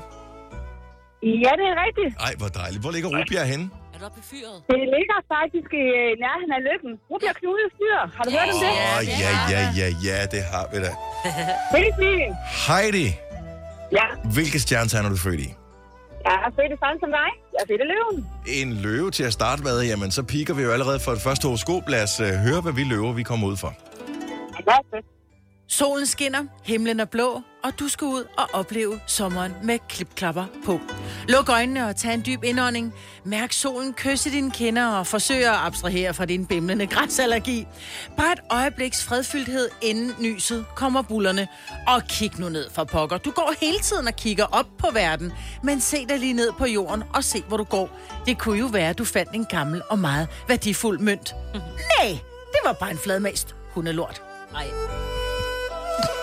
Speaker 8: Ja, det er rigtigt.
Speaker 1: Ej, hvor dejligt. Hvor ligger Rubjerg henne?
Speaker 4: Er du oppe i fyret?
Speaker 8: Det ligger faktisk i øh, nærheden af lykken. Nu bliver knudet fyr. Har du hørt om det?
Speaker 1: Åh, oh, ja, ja, ja, ja, det har
Speaker 8: [laughs]
Speaker 1: vi da.
Speaker 8: Helt vildt.
Speaker 1: Heidi,
Speaker 8: Ja,
Speaker 1: hvilke stjernetegn er du født i?
Speaker 8: jeg er fedt i samme som dig. Jeg er fedt i løven.
Speaker 1: En løve til at starte med, jamen så piker vi jo allerede for et første horoskop. Lad os øh, høre, hvad vi løver, vi kommer ud for.
Speaker 8: Ja, fedt.
Speaker 3: Solen skinner, himlen er blå, og du skal ud og opleve sommeren med klipklapper på. Luk øjnene og tag en dyb indånding. Mærk solen kysse dine kinder og forsøg at abstrahere fra din bimlende græsallergi. Bare et øjebliks fredfyldthed, inden nyset kommer bullerne. Og kig nu ned for pokker. Du går hele tiden og kigger op på verden, men se dig lige ned på jorden og se, hvor du går. Det kunne
Speaker 4: [laughs]
Speaker 3: jo være, at du fandt en gammel og meget værdifuld mønt. Nej, det var bare en fladmast. hundelort.
Speaker 4: Nej.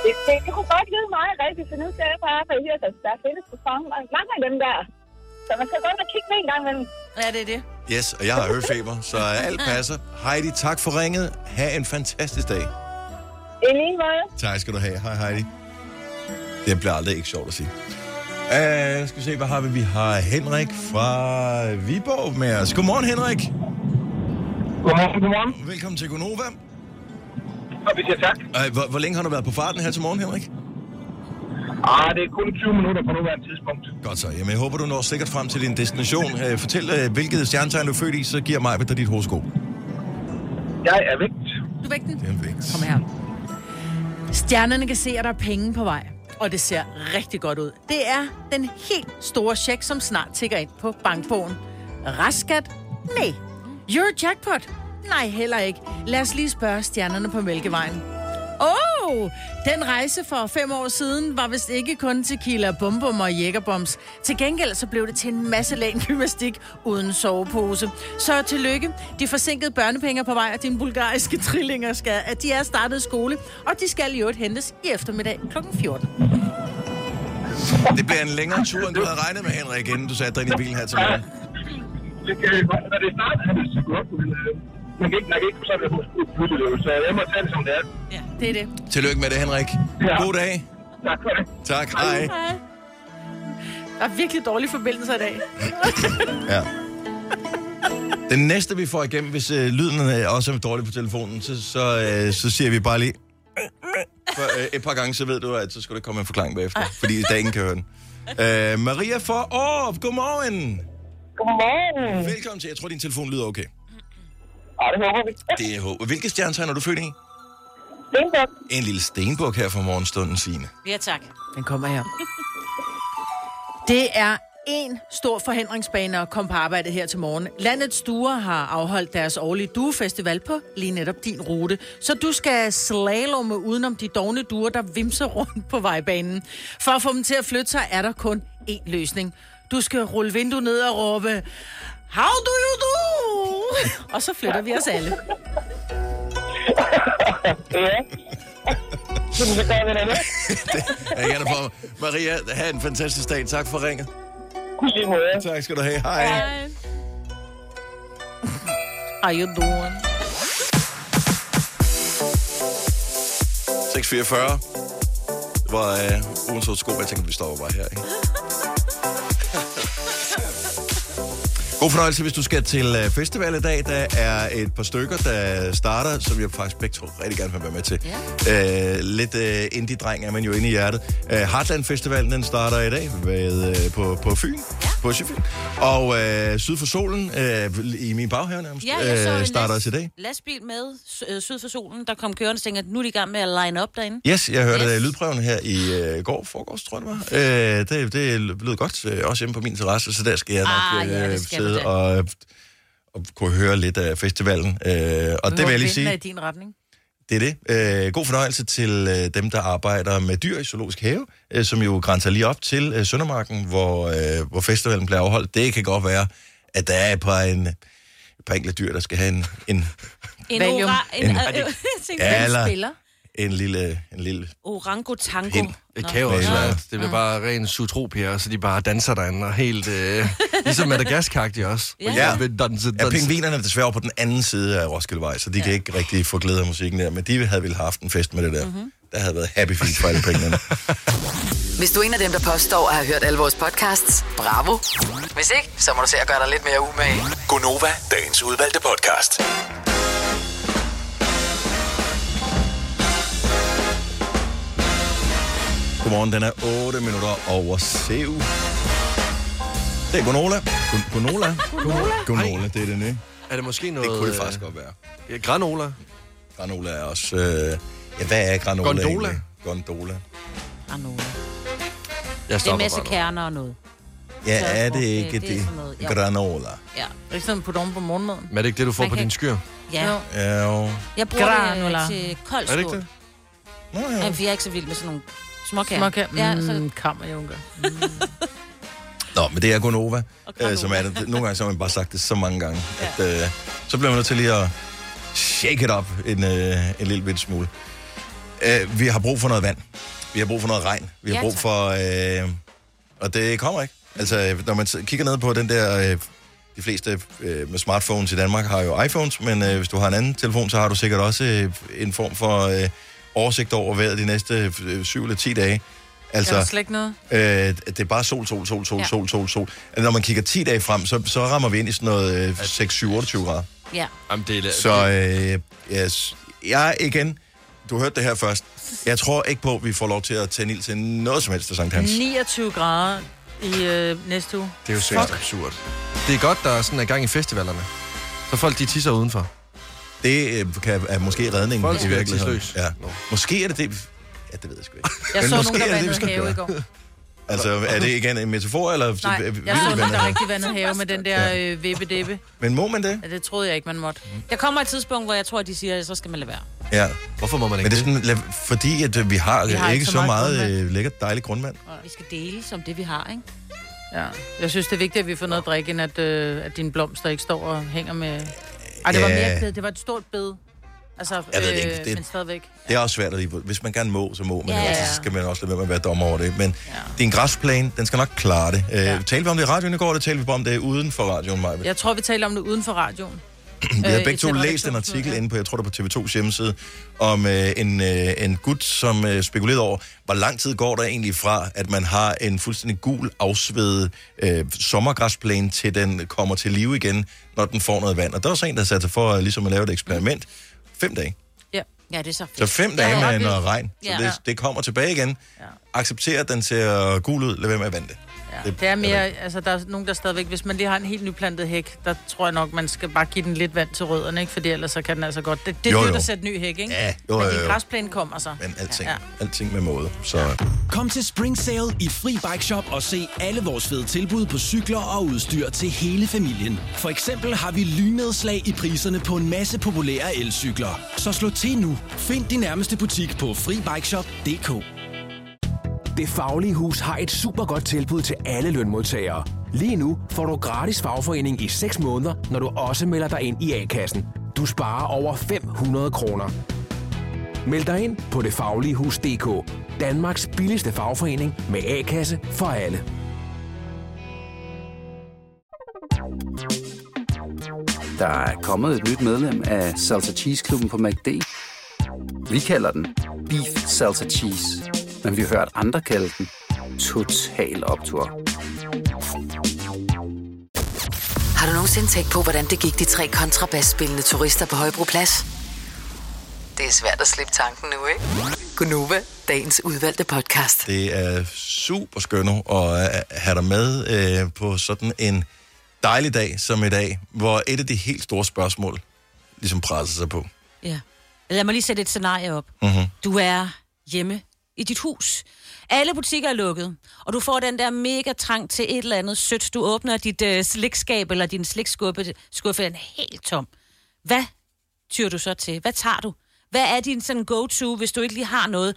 Speaker 8: Det, det, det kunne godt lyde meget rigtigt, så nu skal jeg på arbejde her, så der findes på fange mange af dem der. Så man skal godt nok kigge med en gang imellem.
Speaker 3: Ja, det er det.
Speaker 1: Yes, og jeg har ørefeber, så alt passer. Heidi, tak for ringet. Ha' en fantastisk dag.
Speaker 8: I lige måde.
Speaker 1: Tak skal du have. Hej Heidi. Det bliver aldrig ikke sjovt at sige. Uh, skal vi se, hvad har vi? Vi har Henrik fra Viborg med os. Godmorgen, Henrik.
Speaker 9: Godmorgen, godmorgen.
Speaker 1: Velkommen til Gonova.
Speaker 9: Og vi siger tak.
Speaker 1: Uh, hvor, hvor længe har du været på farten her til morgen, Henrik?
Speaker 9: Ah, det er kun 20 minutter på nuværende tidspunkt.
Speaker 1: Godt så. Jamen, jeg håber, du når sikkert frem til din destination. Uh, fortæl, uh, hvilket stjernetegn du er født i, så giver mig dig dit horoskop.
Speaker 9: Jeg er vægt.
Speaker 3: Du væk den.
Speaker 1: Det er vigtigt.
Speaker 3: Kom her. Stjernerne kan se, at der er penge på vej. Og det ser rigtig godt ud. Det er den helt store check, som snart tigger ind på bankbogen. Restskat? Nej. Eurojackpot? Nej, heller ikke. Lad os lige spørge stjernerne på Mælkevejen. Åh, oh, den rejse for fem år siden var vist ikke kun tequila, bumbum og jækkerbombs. Til gengæld så blev det til en masse lag gymnastik uden sovepose. Så tillykke. De forsinkede børnepenge er på vej, og dine bulgariske trillinger skal, at de er startet i skole, og de skal i øvrigt hentes i eftermiddag kl. 14.
Speaker 1: Det bliver en længere tur, end du havde regnet med, Henrik, inden du satte dig ind i bilen her til morgen.
Speaker 9: Det kan jeg godt, når det starter, er det så godt, men øh, man kan ikke, man kan ikke sådan et hus så jeg må tage det, som det er.
Speaker 3: Det er det.
Speaker 1: Tillykke med det, Henrik.
Speaker 9: Ja.
Speaker 1: God dag.
Speaker 9: Tak for det.
Speaker 1: Tak. Hej.
Speaker 3: Hej. Der er virkelig dårlige forbindelser i dag.
Speaker 1: Ja. Den næste, vi får igennem, hvis øh, lyden øh, også er dårlig på telefonen, så, så, øh, så siger vi bare lige... For, øh, et par gange, så ved du, at så skal du ikke komme med en forklaring bagefter, fordi der er ingen kan høre den. Øh, Maria for Aarup, godmorgen.
Speaker 8: Godmorgen.
Speaker 1: Velkommen til. Jeg tror, din telefon lyder okay.
Speaker 8: Og det håber vi.
Speaker 1: Det er håb. Hvilke stjernetegn er du født i?
Speaker 8: Stenbuk.
Speaker 1: En lille stenbuk her fra morgenstunden, Signe.
Speaker 4: Ja, tak.
Speaker 3: Den kommer her. Det er en stor forhindringsbane at komme på arbejde her til morgen. Landets stuer har afholdt deres årlige duefestival på lige netop din rute. Så du skal slalomme udenom de dogne duer, der vimser rundt på vejbanen. For at få dem til at flytte sig, er der kun én løsning. Du skal rulle vinduet ned og råbe, How do you do? Og så flytter vi os alle.
Speaker 8: Ja. Jamen, så gør vi det.
Speaker 1: Jeg gerne for Maria, have en fantastisk dag. Tak for ringet.
Speaker 8: I lige måde.
Speaker 1: Tak skal du have. Hej. Hej.
Speaker 3: Are you doing?
Speaker 1: 644. Det var øh, ugens horoskop. Jeg tænkte, vi stopper bare her. Ikke? God fornøjelse, hvis du skal til øh, festival i dag. Der er et par stykker, der starter, som jeg faktisk begge to rigtig gerne vil være med til. Ja. Øh, lidt øh, indie-dreng er man jo inde i hjertet. Øh, Heartland Festivalen, den starter i dag ved, øh, på, på Fyn. Ja. På Sjøfyn. Og øh, Syd for Solen, øh, i min baghave nærmest,
Speaker 4: Ja, jeg så en
Speaker 1: øh, starter
Speaker 4: last-
Speaker 1: også i dag.
Speaker 4: lastbil med s- øh, syd for solen, der kom kørende og tænkte, at nu er de i gang med at line op derinde.
Speaker 1: Yes, jeg hørte yes.
Speaker 4: Yes.
Speaker 1: lydprøven her i øh, går, forgårs, tror jeg det var. Øh, det, det lød godt, øh, også hjemme på min terrasse, så der skal jeg nok
Speaker 4: Ah,
Speaker 1: øh,
Speaker 4: ja, det skal du
Speaker 1: sidde
Speaker 4: da.
Speaker 1: og, øh, og kunne høre lidt af festivalen. Øh, og det vil jeg lige
Speaker 3: Vinden er i
Speaker 1: sige,
Speaker 3: din retning.
Speaker 1: det er det. Øh, god fornøjelse til øh, dem, der arbejder med dyr i Zoologisk Have, øh, som jo grænser lige op til øh, Søndermarken, hvor, øh, hvor festivalen bliver afholdt. Det kan godt være, at der er et par, en, et par enkelte dyr, der skal have en, en,
Speaker 4: En
Speaker 3: Valium.
Speaker 4: ora... En,
Speaker 1: En-
Speaker 4: øh, øh, [laughs] jeg tænkte,
Speaker 1: Ja,
Speaker 4: hvem
Speaker 1: eller-
Speaker 4: spiller?
Speaker 1: en lille... En lille
Speaker 4: Orangotango.
Speaker 1: Pind.
Speaker 2: Det
Speaker 4: Nå.
Speaker 2: kan jo også
Speaker 1: Hvad?
Speaker 2: være, at det bliver bare ren zootropia, og så de bare danser derinde, og helt
Speaker 4: [laughs]
Speaker 2: øh, ligesom madagaskar de også.
Speaker 4: Ja.
Speaker 1: Ja.
Speaker 2: Vil danse,
Speaker 1: Ja,
Speaker 2: danse.
Speaker 1: pingvinerne er desværre på den anden side af Roskildevej, så de ja. kan ikke rigtig få glæde af musikken der, men de havde vel haft en fest med det der.
Speaker 4: Mhm.
Speaker 1: Mm-hmm. Der havde været happy feet for alle pengene.
Speaker 5: Hvis du er en af dem, der påstår at have hørt alle vores podcasts, bravo. Hvis ikke, så må du se at gøre dig lidt mere umage.
Speaker 7: Gonova, dagens udvalgte podcast.
Speaker 1: Godmorgen, den er 8 minutter over 7. Det er Gonola. Gon- Gonola? Gonola? Gonola, det er det nye.
Speaker 2: Er det måske noget...
Speaker 1: Det kunne det faktisk godt være.
Speaker 2: øh, ja, granola.
Speaker 1: Granola er også... Øh, ja, hvad er granola
Speaker 2: Gondola?
Speaker 1: egentlig? Gondola.
Speaker 4: Ah, no.
Speaker 2: Jeg
Speaker 4: Det er en
Speaker 2: stopper
Speaker 4: masse
Speaker 2: bare nu.
Speaker 4: kerner og noget.
Speaker 1: Ja,
Speaker 4: Så,
Speaker 1: er det
Speaker 4: okay,
Speaker 1: ikke
Speaker 4: det er
Speaker 1: det?
Speaker 4: sådan noget, ja.
Speaker 1: Granola.
Speaker 4: Ja.
Speaker 3: Er det ikke sådan på på morgenmaden?
Speaker 2: Men er det ikke det, du får
Speaker 4: Man
Speaker 2: på
Speaker 4: kan-
Speaker 2: din skyr?
Speaker 4: ja.
Speaker 3: Jo.
Speaker 1: Ja, jo.
Speaker 4: Jeg bruger
Speaker 3: Granola.
Speaker 4: det øh, til kold
Speaker 2: Er det ikke det?
Speaker 1: Nå,
Speaker 4: Ja,
Speaker 1: ja.
Speaker 4: for jeg er ikke så vild med sådan nogle småkager.
Speaker 3: Småkager.
Speaker 4: Ja, så
Speaker 3: Mm, kammerjunker.
Speaker 1: Nå, men det er Gonova,
Speaker 4: Og granola.
Speaker 1: øh, som er det. Nogle gange så har man bare sagt det så mange gange, at øh, så bliver man nødt til lige at shake it up en, øh, en lille bit smule. Øh, vi har brug for noget vand. Vi har brug for noget regn. Vi har
Speaker 10: Ja,
Speaker 1: brug
Speaker 10: tak.
Speaker 1: for... Øh, og det kommer ikke. Altså, når man s- kigger ned på den der... Øh, de fleste øh, med smartphones i Danmark har jo iPhones, men øh, hvis du har en anden telefon, så har du sikkert også øh, en form for øh, oversigt over vejret de næste 7 eller 10 dage.
Speaker 3: Altså, er der slet ikke noget?
Speaker 1: Øh, det er bare sol, sol, sol, sol,
Speaker 3: Ja.
Speaker 1: ja. sol, sol, sol. Altså, når man kigger 10 dage frem, så, så rammer vi ind i sådan noget øh, 6-7-28 grader.
Speaker 4: Ja.
Speaker 2: Jamen, det er...
Speaker 1: Så øh, yes. jeg igen, du hørte det her først. Jeg tror ikke på, at vi får lov til at tænde ild til noget som helst til Sankt Hans.
Speaker 3: 29 grader i øh, næste uge.
Speaker 2: Det er jo
Speaker 3: Fuck.
Speaker 2: seriøst absurd. Det er godt, der er sådan er gang i festivalerne. Så folk, de tisser udenfor.
Speaker 1: Det øh, kan, er måske redningen
Speaker 2: Folk
Speaker 1: i
Speaker 2: skal være
Speaker 1: virkeligheden.
Speaker 2: tidsløs.
Speaker 1: Ja. Måske er det det... vi- Ja, det ved jeg sgu ikke.
Speaker 3: [laughs] Jeg
Speaker 1: Men
Speaker 3: så
Speaker 1: måske
Speaker 3: nogen,
Speaker 1: er
Speaker 3: der
Speaker 1: det det, vi
Speaker 3: vandede
Speaker 1: skal
Speaker 3: have i
Speaker 1: gøre. [laughs]
Speaker 3: går.
Speaker 1: Altså, er det igen en metafor, eller...
Speaker 3: Nej,
Speaker 1: vi- vi
Speaker 3: jeg så nogen,
Speaker 1: vandede
Speaker 3: der
Speaker 1: have?
Speaker 3: rigtig vandede have
Speaker 4: [laughs]
Speaker 3: med den der øh, vippe-dippe.
Speaker 1: Men må man det?
Speaker 3: Ja, det troede jeg ikke, man måtte.
Speaker 4: Der kommer et tidspunkt, hvor jeg tror, at de siger, at så skal man lade være.
Speaker 1: Ja.
Speaker 2: Hvorfor må man
Speaker 1: ikke Men det er sådan, lad- fordi at øh, vi har, vi har ikke så meget,
Speaker 3: grundvand.
Speaker 1: øh, lækkert dejligt grundvand.
Speaker 4: Vi skal dele som det, vi har, ikke?
Speaker 3: Ja. Jeg synes, det er vigtigt, at vi får noget at drikke, end at, øh, at dine blomster ikke står og hænger med... Ej, det var
Speaker 1: Ja.
Speaker 3: mere et bed. Det var et stort bed. Altså,
Speaker 1: Jeg ved det ikke.
Speaker 3: øh,
Speaker 1: Det-
Speaker 3: men stadigvæk.
Speaker 1: Det er også svært at lide. Hvis man gerne må, så må man.
Speaker 3: Ja,
Speaker 1: Ja,
Speaker 3: ja.
Speaker 1: Så skal man også lade være med at være dommer over det. Men din græsplæne, den skal nok klare det. Øh, ja. Talte vi om det i radioen i går, eller talte vi bare om det uden for radioen, Maja?
Speaker 3: Jeg tror, vi taler om det uden for radioen.
Speaker 1: [clears throat] Vi
Speaker 3: Øh,
Speaker 1: har
Speaker 3: i
Speaker 1: begge to
Speaker 3: selve
Speaker 1: læst en
Speaker 3: redaktionsmødet,
Speaker 1: artikel
Speaker 3: ja.
Speaker 1: inde på, jeg tror det var på TV2's hjemmeside, om øh, en, øh, en gut, som øh, spekulerede over, hvor lang tid går der egentlig fra, at man har en fuldstændig gul, afsvedet øh, sommergræsplæne, til den kommer til live igen, når den får noget vand. Og der var så en, der satte sig for øh, ligesom at lave et eksperiment. Fem dage.
Speaker 3: Ja.
Speaker 4: Ja, det er så fedt.
Speaker 1: Så fem dage
Speaker 4: Ja,
Speaker 1: med
Speaker 4: ret vildt.
Speaker 1: noget regn. Så
Speaker 4: Ja.
Speaker 1: det, det kommer tilbage igen. Accepter, at den ser gul ud. Lad være med at vande det.
Speaker 3: Det er mere, altså der er nogen, der stadigvæk, hvis man lige har en helt nyplantet hæk, der tror jeg nok, man skal bare give den lidt vand til rødderne, ikke? Fordi ellers så kan den altså godt. Det, det
Speaker 1: Jo,
Speaker 3: er dyrt
Speaker 1: jo.
Speaker 3: at sætte ny hæk, ikke?
Speaker 1: Ja, jo,
Speaker 3: Men
Speaker 1: jo,
Speaker 3: din
Speaker 1: jo.
Speaker 3: græsplæne kommer så.
Speaker 1: Men alting, Mhm. alting med måde. Så
Speaker 11: Kom til Spring Sale i Fri Bike Shop og se alle vores fede tilbud på cykler og udstyr til hele familien. For eksempel har vi lynedslag i priserne på en masse populære elcykler. Så slå til nu. Find din nærmeste butik på FriBikeShop.dk
Speaker 12: Det Faglige Hus har et super godt tilbud til alle lønmodtagere. Lige nu får du gratis fagforening i 6 måneder, når du også melder dig ind i A-kassen. Du sparer over 500 kroner. Meld dig ind på detfagligehus.dk. Danmarks billigste fagforening med A-kasse for alle.
Speaker 13: Der er kommet et nyt medlem af Salsa Cheese Klubben på MACD. Vi kalder den Beef Salsa Cheese, men vi har hørt andre kalde den Total Optor.
Speaker 5: Har du nogensinde tænkt på, hvordan det gik de tre kontrabasspillende turister på Højbroplads? Det er svært at slippe tanken nu, ikke? Gunova, dagens udvalgte podcast.
Speaker 1: det er super skønt at øh, have dig med øh, på sådan en dejlig dag som i dag, hvor et af de helt store spørgsmål ligesom presser sig på.
Speaker 4: Ja. Lad mig lige sætte et scenarie op.
Speaker 1: Mm-hmm.
Speaker 4: Du er hjemme i dit hus. Alle butikker er lukket, og du får den der mega trang til et eller andet sødt. Du åbner dit øh, slikskab eller din slikskuffe, skuffe er den er helt tom. Hvad tyr du så til? Hvad tager du? Hvad er din sådan go-to, hvis du ikke lige har noget?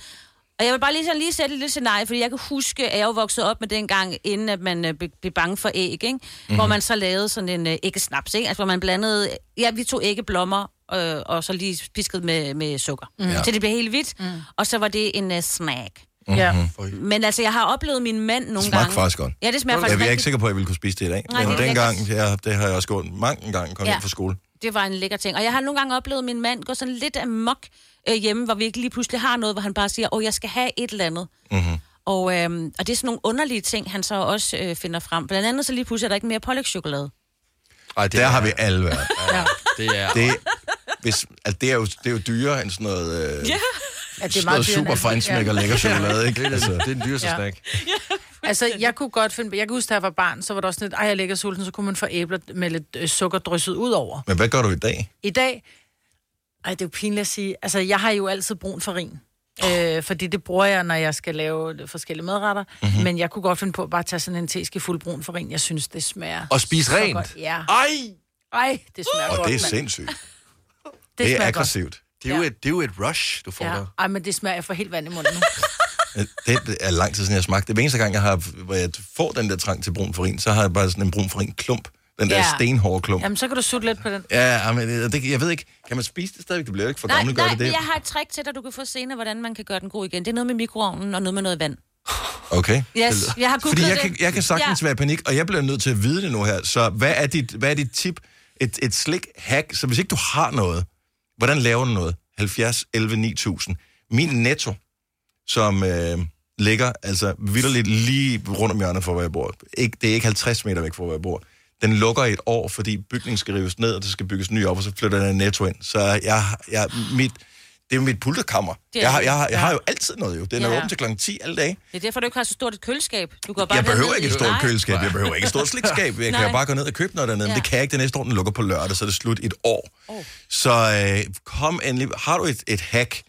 Speaker 4: Og jeg vil bare lige, sådan, lige sætte et lille scenarie, fordi jeg kan huske, at jeg jo voksede op med dengang, inden at man øh, be- blev bange for æg, ikke? Mm-hmm. hvor
Speaker 14: Mhm.
Speaker 4: man så lavede sådan en øh, æggesnaps, ikke? altså hvor man blandede, ja, vi tog æggeblommer, øh, og så lige pisket med, med sukker,
Speaker 14: Mm.
Speaker 1: Mhm.
Speaker 4: mm.
Speaker 14: Ja.
Speaker 4: til det blev helt hvidt, mm. og så var det en uh, snack.
Speaker 1: Ja.
Speaker 4: Men altså, jeg har oplevet min mand nogle
Speaker 1: Det smager
Speaker 4: gange...
Speaker 1: faktisk godt.
Speaker 4: Ja, det smager
Speaker 1: jeg,
Speaker 4: faktisk
Speaker 1: jeg er
Speaker 4: rigtig
Speaker 1: ikke sikker på, at jeg ville kunne spise det i dag.
Speaker 4: Nej,
Speaker 1: men
Speaker 4: det er
Speaker 1: dengang, ja, det har jeg også gået mange gange, kom
Speaker 4: Ja.
Speaker 1: ja. hjem fra skole.
Speaker 4: Det var en lækker ting. Og jeg har nogle gange oplevet min mand gå sådan lidt amok øh, hjemme, hvor vi ikke lige pludselig har noget, hvor han bare siger, åh, jeg skal have et eller andet.
Speaker 1: Mm-hmm.
Speaker 4: Og, øhm, og det er sådan nogle underlige ting, han så også øh, finder frem. Blandt andet så lige pludselig er der ikke mere pålægschokolade.
Speaker 1: Ej, det der er... har vi alle været.
Speaker 4: Ja.
Speaker 2: Det er...
Speaker 1: Det, hvis, altså, det, er jo, det er jo dyrere end sådan noget... Øh,
Speaker 3: Ja, det
Speaker 1: Sådan
Speaker 3: er
Speaker 1: noget
Speaker 3: meget
Speaker 1: super fine smækker lækker chokolade,
Speaker 2: [laughs]
Speaker 1: ikke? Altså,
Speaker 2: Det er- det er den dyreste
Speaker 3: Ja.
Speaker 2: snack.
Speaker 3: [laughs] Altså, jeg kunne godt finde... Jeg kan huske, da jeg var barn, så var der også sådan lidt, ej, jeg er lækker sulten, så kunne man få æbler med lidt øh, sukker drysset ud over.
Speaker 1: Men hvad gør du i dag?
Speaker 3: I dag... Ej, det er jo pinligt at sige. Altså, jeg har jo altid brun farin. Øh, fordi det bruger jeg, når jeg skal lave forskellige madretter.
Speaker 1: Mhm.
Speaker 3: Mm-hmm. Men jeg kunne godt finde på at bare tage sådan en teske fuld brun farin. Jeg synes, det smager...
Speaker 1: Og spise
Speaker 3: så
Speaker 1: rent?
Speaker 3: godt. Ja.
Speaker 2: Ej!
Speaker 3: Ej, det smager
Speaker 1: Og
Speaker 3: godt,
Speaker 1: det er
Speaker 3: mand.
Speaker 1: sindssygt. Det,
Speaker 3: Det
Speaker 1: det
Speaker 3: smager
Speaker 1: er
Speaker 3: godt.
Speaker 1: aggressivt.
Speaker 2: Det er, jo et, det er jo et rush, du får ja.
Speaker 3: Ja.
Speaker 2: der.
Speaker 3: Ej, men det smager, jeg får helt vand i
Speaker 1: [laughs]
Speaker 3: munden nu.
Speaker 1: Øh, Det er lang tid siden, jeg har smagt det. Hver eneste gang, jeg har, hvor jeg får den der trang til brun farin, så har jeg bare sådan en brun farin klump Den der
Speaker 3: Ja.
Speaker 1: stenhårde klump.
Speaker 3: Jamen, så kan du sutte lidt på den.
Speaker 1: Ja, men øh, det, jeg ved ikke, kan man spise det stadigvæk? Det bliver jo ikke for
Speaker 4: nej,
Speaker 1: gammel, gør
Speaker 4: nej,
Speaker 1: det
Speaker 4: men
Speaker 1: det?
Speaker 4: jeg har et trick til dig, du kan få senere, hvordan man kan gøre den god igen. Det er noget med mikroovnen og noget med noget vand.
Speaker 1: Okay.
Speaker 4: Yes,
Speaker 1: Det lyder-
Speaker 4: jeg har
Speaker 1: Fordi
Speaker 4: googlet
Speaker 1: jeg
Speaker 4: det.
Speaker 1: kan, jeg kan sagtens ja.
Speaker 4: Ja.
Speaker 1: være i panik, og jeg bliver nødt til at vide det nu her. Så hvad er dit, hvad er dit tip? Et, et slik hack, så hvis ikke du har noget, hvordan laver du noget? 70, 11, 9000. Min netto, som øh, ligger altså vidderligt lige rundt om hjørnet for, hvor jeg bor. Ikke, det er ikke 50 meter væk fra, hvor jeg bor. Den lukker i et år, fordi bygningen skal rives ned, og der skal bygges ny op, og så flytter den her netto ind. Så jeg, jeg, mit, det er jo mit pulterkammer.
Speaker 4: Det er
Speaker 1: jeg, har,
Speaker 4: det.
Speaker 1: jeg, har, jeg har
Speaker 4: Ja.
Speaker 1: jo altid noget, jo. Den er
Speaker 4: Ja.
Speaker 1: åben til klokken 10 alle dage.
Speaker 4: Det er derfor, du ikke har så stort et køleskab. Du går bare
Speaker 1: Jeg
Speaker 4: ned
Speaker 1: behøver
Speaker 4: i-
Speaker 1: ikke et stort
Speaker 4: Nej.
Speaker 1: køleskab, jeg behøver ikke et stort slikskab. Jeg kan
Speaker 4: Nej.
Speaker 1: jo bare gå ned og købe noget dernede, men
Speaker 4: Ja.
Speaker 1: det kan jeg ikke. Det næste år, den lukker på lørdag, så er det slut i et år. Så øh, kom endelig. Har du et, et hack,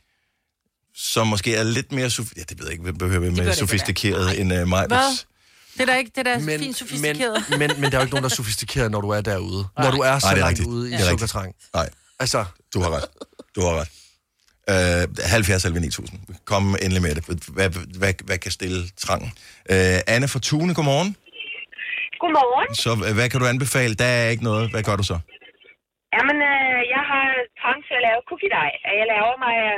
Speaker 1: som måske er lidt mere... Sof- ja, det ved jeg ikke, hvem behøver
Speaker 3: det
Speaker 1: med
Speaker 3: ikke,
Speaker 1: sofistikeret end uh, mig.
Speaker 3: Hvad? Det er da ikke det der
Speaker 2: Men-
Speaker 3: men, fint sofistikeret.
Speaker 2: Men, men, men der er jo ikke nogen, der er sofistikeret, når du er derude. Når du er så
Speaker 1: Nej, det er
Speaker 2: langt
Speaker 1: rigtigt.
Speaker 2: ude
Speaker 1: Det
Speaker 2: i
Speaker 1: er rigtigt.
Speaker 2: sukkertrang.
Speaker 1: Nej,
Speaker 2: Altså,
Speaker 1: du har ret. Du har ret. Uh, 70 11 9000. Kom endelig med det. Hvad, hvad, hvad kan stille trangen? Uh, Anne fra Tune, godmorgen.
Speaker 10: Godmorgen.
Speaker 1: Så øh, hvad kan du anbefale? Der er ikke noget. Hvad gør du så?
Speaker 10: Jamen, øh, jeg har trang til at lave cookie dej. Jeg laver mig... Øh,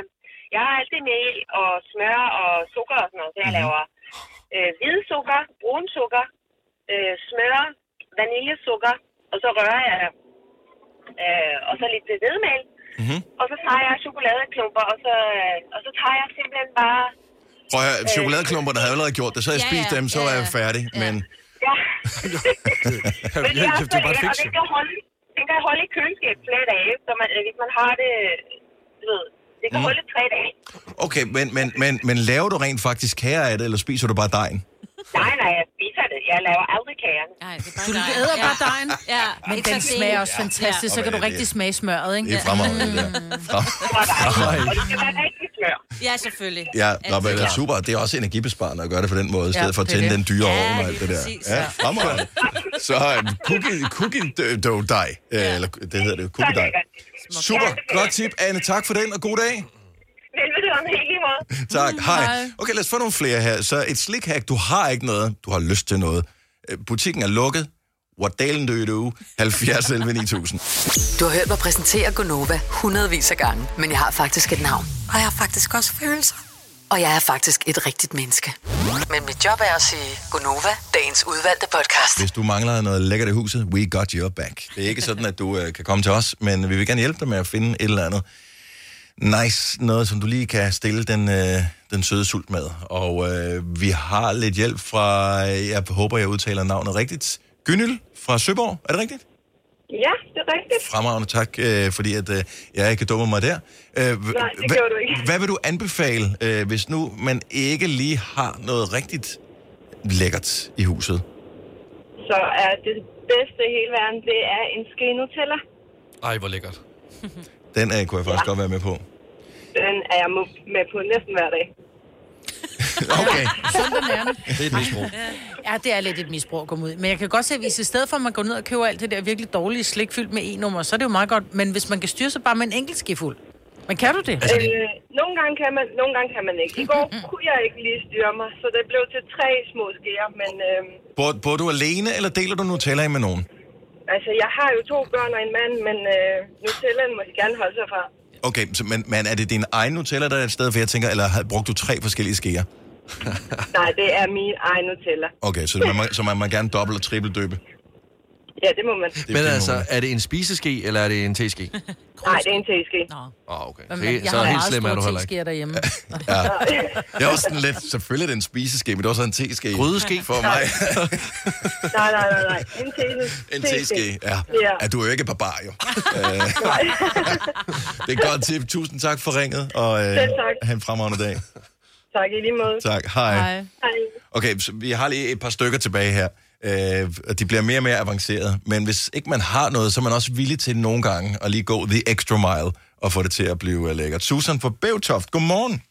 Speaker 10: jeg har altid mel og smør og sukker og sådan noget, så jeg mm-hmm. laver øh, hvide sukker, brun sukker, øh, smør, vaniljesukker, og så rører jeg øh, og så lidt hvedemel.
Speaker 1: Mhm.
Speaker 10: Og så tager jeg chokoladeklumper, og så, øh, og så tager jeg simpelthen bare...
Speaker 1: Prøv at høre,
Speaker 10: Øh.
Speaker 1: chokoladeklumper, der havde allerede gjort det, så havde jeg
Speaker 10: Ja,
Speaker 1: spist
Speaker 10: ja,
Speaker 1: dem, så
Speaker 10: ja,
Speaker 1: var
Speaker 10: ja.
Speaker 1: jeg færdig, men...
Speaker 10: [laughs] Ja.
Speaker 1: Kan
Speaker 10: Men det er også lækkert, og den kan, holde, den kan holde i køleskabet flere dage, så man, øh, hvis man har det, du ved, det
Speaker 1: Mm.
Speaker 10: kan mm. holde tre dage.
Speaker 1: Okay, men, men, men, men laver du rent faktisk kager af det, eller spiser du bare dejen?
Speaker 10: Nej, nej, jeg spiser det. Jeg laver aldrig kagerne.
Speaker 4: Nej, det er
Speaker 3: Du æder bare dejen.
Speaker 4: Ja.
Speaker 3: Men
Speaker 4: Ikke
Speaker 3: den
Speaker 4: så
Speaker 3: smager
Speaker 4: det.
Speaker 3: også fantastisk,
Speaker 1: Ja.
Speaker 3: så kan du
Speaker 1: Åh, ja,
Speaker 3: rigtig
Speaker 1: det-
Speaker 3: smage smøret, ikke?
Speaker 1: Det er fremragende, det der.
Speaker 10: Og det skal være rigtig smør.
Speaker 4: Ja, selvfølgelig.
Speaker 1: Ja,
Speaker 4: Altid
Speaker 1: nå, men, det er
Speaker 4: klart.
Speaker 1: super. Det er også energibesparende at gøre det på den måde, i
Speaker 4: Ja,
Speaker 1: stedet for at
Speaker 4: det er
Speaker 1: tænde den
Speaker 4: det.
Speaker 1: dyre
Speaker 4: Ja,
Speaker 1: ovn og
Speaker 4: lige
Speaker 1: alt det der.
Speaker 4: præcis,
Speaker 1: Ja,
Speaker 4: ja.
Speaker 1: fremragende. Så um, cookie, cookie d- dough dej, øh, eller det hedder det, cookie dej. Super, godt tip, Anne. Tak for den, og god dag.
Speaker 10: Velbekomme, i lige måde.
Speaker 1: Tak, hej. Okay, lad os få nogle flere her. Så et slikhack, du har ikke noget, du har lyst til noget. Øh, Butikken er lukket. What dalen do you do? 70 11 9000.
Speaker 5: Du har hørt mig præsentere Gonova hundredvis af gange, men jeg har faktisk et navn. Og jeg har faktisk også følelser. Og jeg er faktisk et rigtigt menneske. Men mit job er at sige Gonova, dagens udvalgte podcast.
Speaker 1: Hvis du mangler noget lækkert i huset, we got your back. Det er ikke sådan, at du øh, kan komme til os, men vi vil gerne hjælpe dig med at finde et eller andet nice, noget som du lige kan stille den, øh, den søde sult med. Og øh, vi har lidt hjælp fra, jeg håber, jeg udtaler navnet rigtigt, Gynyl fra Søborg. Er det rigtigt?
Speaker 10: Ja, det er rigtigt.
Speaker 1: Fremragende tak, øh, fordi at, øh, jeg ikke dummer mig der. Øh, Nej,
Speaker 10: det gjorde du ikke.
Speaker 1: Hvad vil du anbefale, øh, hvis nu man ikke lige har noget rigtigt lækkert i huset?
Speaker 10: Så er det bedste i hele verden, det er en ske Nutella.
Speaker 1: Ej, hvor lækkert. Den øh, kunne jeg faktisk ja. godt være med på.
Speaker 10: Den er jeg mu- med på næsten hver dag.
Speaker 1: Okay.
Speaker 3: Sundt og nærende.
Speaker 1: Det er et misbrug.
Speaker 3: Ja, det er lidt et misbrug at komme ud. i. Men jeg kan godt se, at hvis i stedet for, at man går ned og køber alt det der virkelig dårlige slik fyldt med e-nummer, så er det jo meget godt. Men hvis man kan styre sig bare med en enkelt skefuld. Men kan du det?
Speaker 15: Altså,
Speaker 1: Altså,
Speaker 10: Øh, nogle, gange kan man, nogle gange kan man ikke. I går kunne jeg ikke lige styre mig, så det blev til tre små skeer. Men øh,
Speaker 1: Bor, bor du alene, eller deler du Nutella med nogen?
Speaker 10: altså, jeg har jo to børn og en mand, men øh, Nutellaen må de gerne holde sig fra.
Speaker 1: Okay, så, men, men er det din egen Nutella, der er et sted, for jeg tænker, eller har, brugt du tre forskellige skeer?
Speaker 10: Nej, det er min egen Nutella.
Speaker 1: Okay, så man, må, så man må gerne dobbelt og triple døbe.
Speaker 10: Ja, det må man.
Speaker 1: Det
Speaker 2: men
Speaker 1: er
Speaker 2: altså, er det en spiseske, eller er det en teske?
Speaker 10: Nej, det er en teske.
Speaker 2: Åh, oh, okay.
Speaker 3: Men
Speaker 2: Så,
Speaker 3: jeg
Speaker 2: så
Speaker 3: har
Speaker 2: helt
Speaker 3: meget
Speaker 2: slem er du
Speaker 3: store
Speaker 2: heller ikke.
Speaker 3: tilskærer derhjemme.
Speaker 1: Ja. Jeg er også sådan lidt, selvfølgelig er det en spiseske, men det er også en teske.
Speaker 2: Grydeske?
Speaker 1: For mig.
Speaker 10: Nej, nej, nej, nej. En teske.
Speaker 1: [laughs] En teske, ja.
Speaker 10: Ja.
Speaker 1: ja. Du er jo ikke barbar,
Speaker 14: [laughs]
Speaker 1: jo. Øh, det er et godt tip. Tusind tak for ringet, og øh,
Speaker 10: Selv tak.
Speaker 1: have en fremragende dag.
Speaker 10: Tak i lige måde.
Speaker 1: Tak, hej. Hej.
Speaker 10: Hej.
Speaker 1: Okay, så vi har lige et par stykker tilbage her. Øh, og de bliver mere og mere avancerede. Men hvis ikke man har noget, så er man også villig til nogle gange at lige gå the extra mile og få det til at blive øh, lækkert. Susan fra Bævtoft, godmorgen.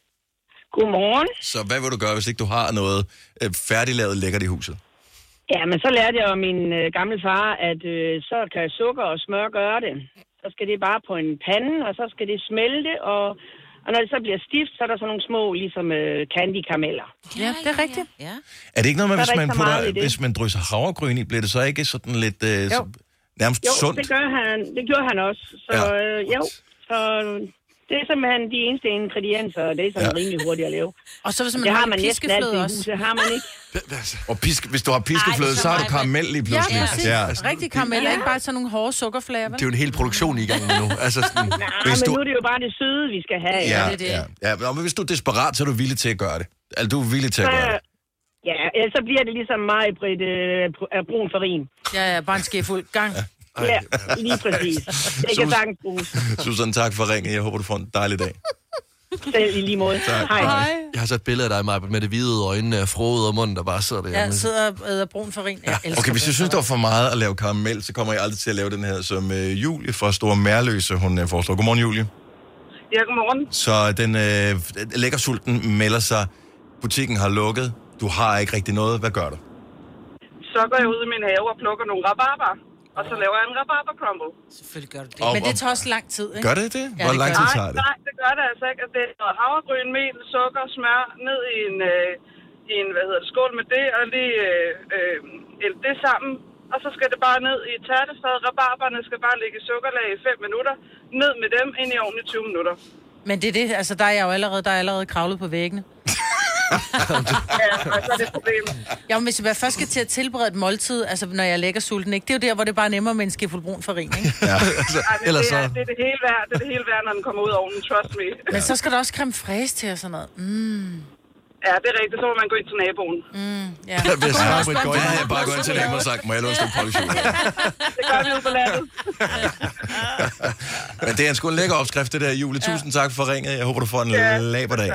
Speaker 14: Godmorgen.
Speaker 1: Så hvad vil du gøre, hvis ikke du har noget øh, færdiglavet lækkert i huset?
Speaker 14: Ja, men så lærte jeg jo min øh, gamle far, at øh, så kan sukker og smør gøre det. Så skal det bare på en pande, og så skal det smelte, og, og når det så bliver stift, så er der sådan nogle små, ligesom øh, candy karameller.
Speaker 3: Ja, det er rigtigt.
Speaker 14: Ja.
Speaker 1: Er det ikke noget med,
Speaker 14: Så er
Speaker 1: hvis
Speaker 14: der
Speaker 1: man,
Speaker 14: ikke så meget
Speaker 1: putter,
Speaker 14: i det.
Speaker 1: hvis man drysser havregryn i, bliver det så ikke sådan lidt... Øh, så, Nærmest
Speaker 14: Jo,
Speaker 1: sundt.
Speaker 14: det, gør han, det gjorde han også. Så
Speaker 1: Ja.
Speaker 14: ja. øh, jo, så det er simpelthen de eneste ingredienser, og det er sådan ja. rimelig hurtigt at lave.
Speaker 3: Og så hvis
Speaker 14: det
Speaker 3: man
Speaker 14: har
Speaker 3: har
Speaker 14: man
Speaker 3: lidt
Speaker 14: næsten altid
Speaker 3: piskefløde
Speaker 14: i
Speaker 3: også.
Speaker 14: huset, har man
Speaker 1: [laughs]
Speaker 14: ikke.
Speaker 1: Og piske, hvis du har piskefløde,
Speaker 3: Ej,
Speaker 1: så,
Speaker 3: så
Speaker 1: så har
Speaker 3: meget-
Speaker 1: du karamel lige
Speaker 3: Ja,
Speaker 1: pludselig.
Speaker 3: præcis. Ja. Rigtig karamel, ja. ikke bare sådan nogle hårde sukkerflager, vel?
Speaker 2: Det er jo en hel produktion i gang nu. Altså sådan,
Speaker 14: Ja,
Speaker 1: hvis
Speaker 14: Ah, men
Speaker 1: du,
Speaker 14: nu er det jo bare det søde, vi skal have.
Speaker 1: ja, ja, ja, ja. Nå, men hvis du er desperat, så er du villig til at gøre det. Altså, du er villig til at
Speaker 14: Så,
Speaker 1: gøre det.
Speaker 14: ja, ellers så bliver det ligesom mig, Britt, øh, br- øh, brun farin.
Speaker 3: Ja, ja, bare en skefuld gang.
Speaker 14: Ja, lige præcis. Det kan
Speaker 1: altså- Sus-
Speaker 14: sagtens bruges.
Speaker 1: Susan, tak for ringen. Jeg håber, du får en dejlig dag.
Speaker 14: Selv i lige måde. Hej.
Speaker 2: Jeg har så et billede af dig, Maja, med det hvide øjnene, frode og mund, der bare sidder der.
Speaker 3: Jeg sidder og æder brun farin. Jeg elsker
Speaker 1: Okay, hvis du synes, det var for meget at lave karamel, så kommer jeg aldrig til at lave den her, som øh, Julie fra Store Mærløse, hun øh, foreslår. Godmorgen, Julie.
Speaker 15: Ja, godmorgen.
Speaker 1: Så den øh, lækkersulten melder sig. Butikken har lukket. Du har ikke rigtig noget. Hvad gør du?
Speaker 15: Så går jeg ud i min have og plukker nogle rabarber. Og så laver jeg en rabarber crumble.
Speaker 3: Selvfølgelig gør du
Speaker 1: Og-
Speaker 3: det. Men det tager også lang tid, ikke?
Speaker 1: Gør det det? Hvor lang tid tager det?
Speaker 15: Nej, nej, det gør det altså ikke. Altså, Det er noget havregryn, mel, sukker, smør, ned i en, øh, i en hvad hedder det, skål med det, og lige øh, øh, ælte det sammen. Og så skal det bare ned i et tærtefad. Rabarberne skal bare ligge i sukkerlag i 5 minutter. Ned med dem, ind i ovnen i 20 minutter.
Speaker 3: Men det er det, altså der er jeg jo allerede, der er jeg allerede kravlet på væggene.
Speaker 15: Og så er det et problem.
Speaker 3: Ja, men hvis jeg først skal til at tilberede et måltid, altså når jeg lægger sulten, ikke? det er jo der, hvor det bare er nemmere med en skefuld brun farin, ikke?
Speaker 1: Ja.
Speaker 2: altså,
Speaker 15: Ej, men
Speaker 2: ellers
Speaker 15: det, er,
Speaker 2: så...
Speaker 15: det er det hele værd, det er det hele værd, når den kommer ud af ovnen, trust me.
Speaker 3: Men så skal der også creme fraise til og sådan noget. Mm.
Speaker 15: Ja, det er rigtigt. Så må man gå ind til naboen.
Speaker 3: Mm, ja.
Speaker 1: Hvis jeg Britt går ind, havde jeg bare gået ind til dem og sagt, må jeg låne et stykke
Speaker 3: [laughs]
Speaker 1: polkjul?
Speaker 15: Det gør vi jo på landet.
Speaker 1: Men det er en sgu en lækker opskrift, det der, Julie. Tusind tak for ringet. Jeg håber, du får en
Speaker 3: Ja,
Speaker 1: laberdag.
Speaker 15: I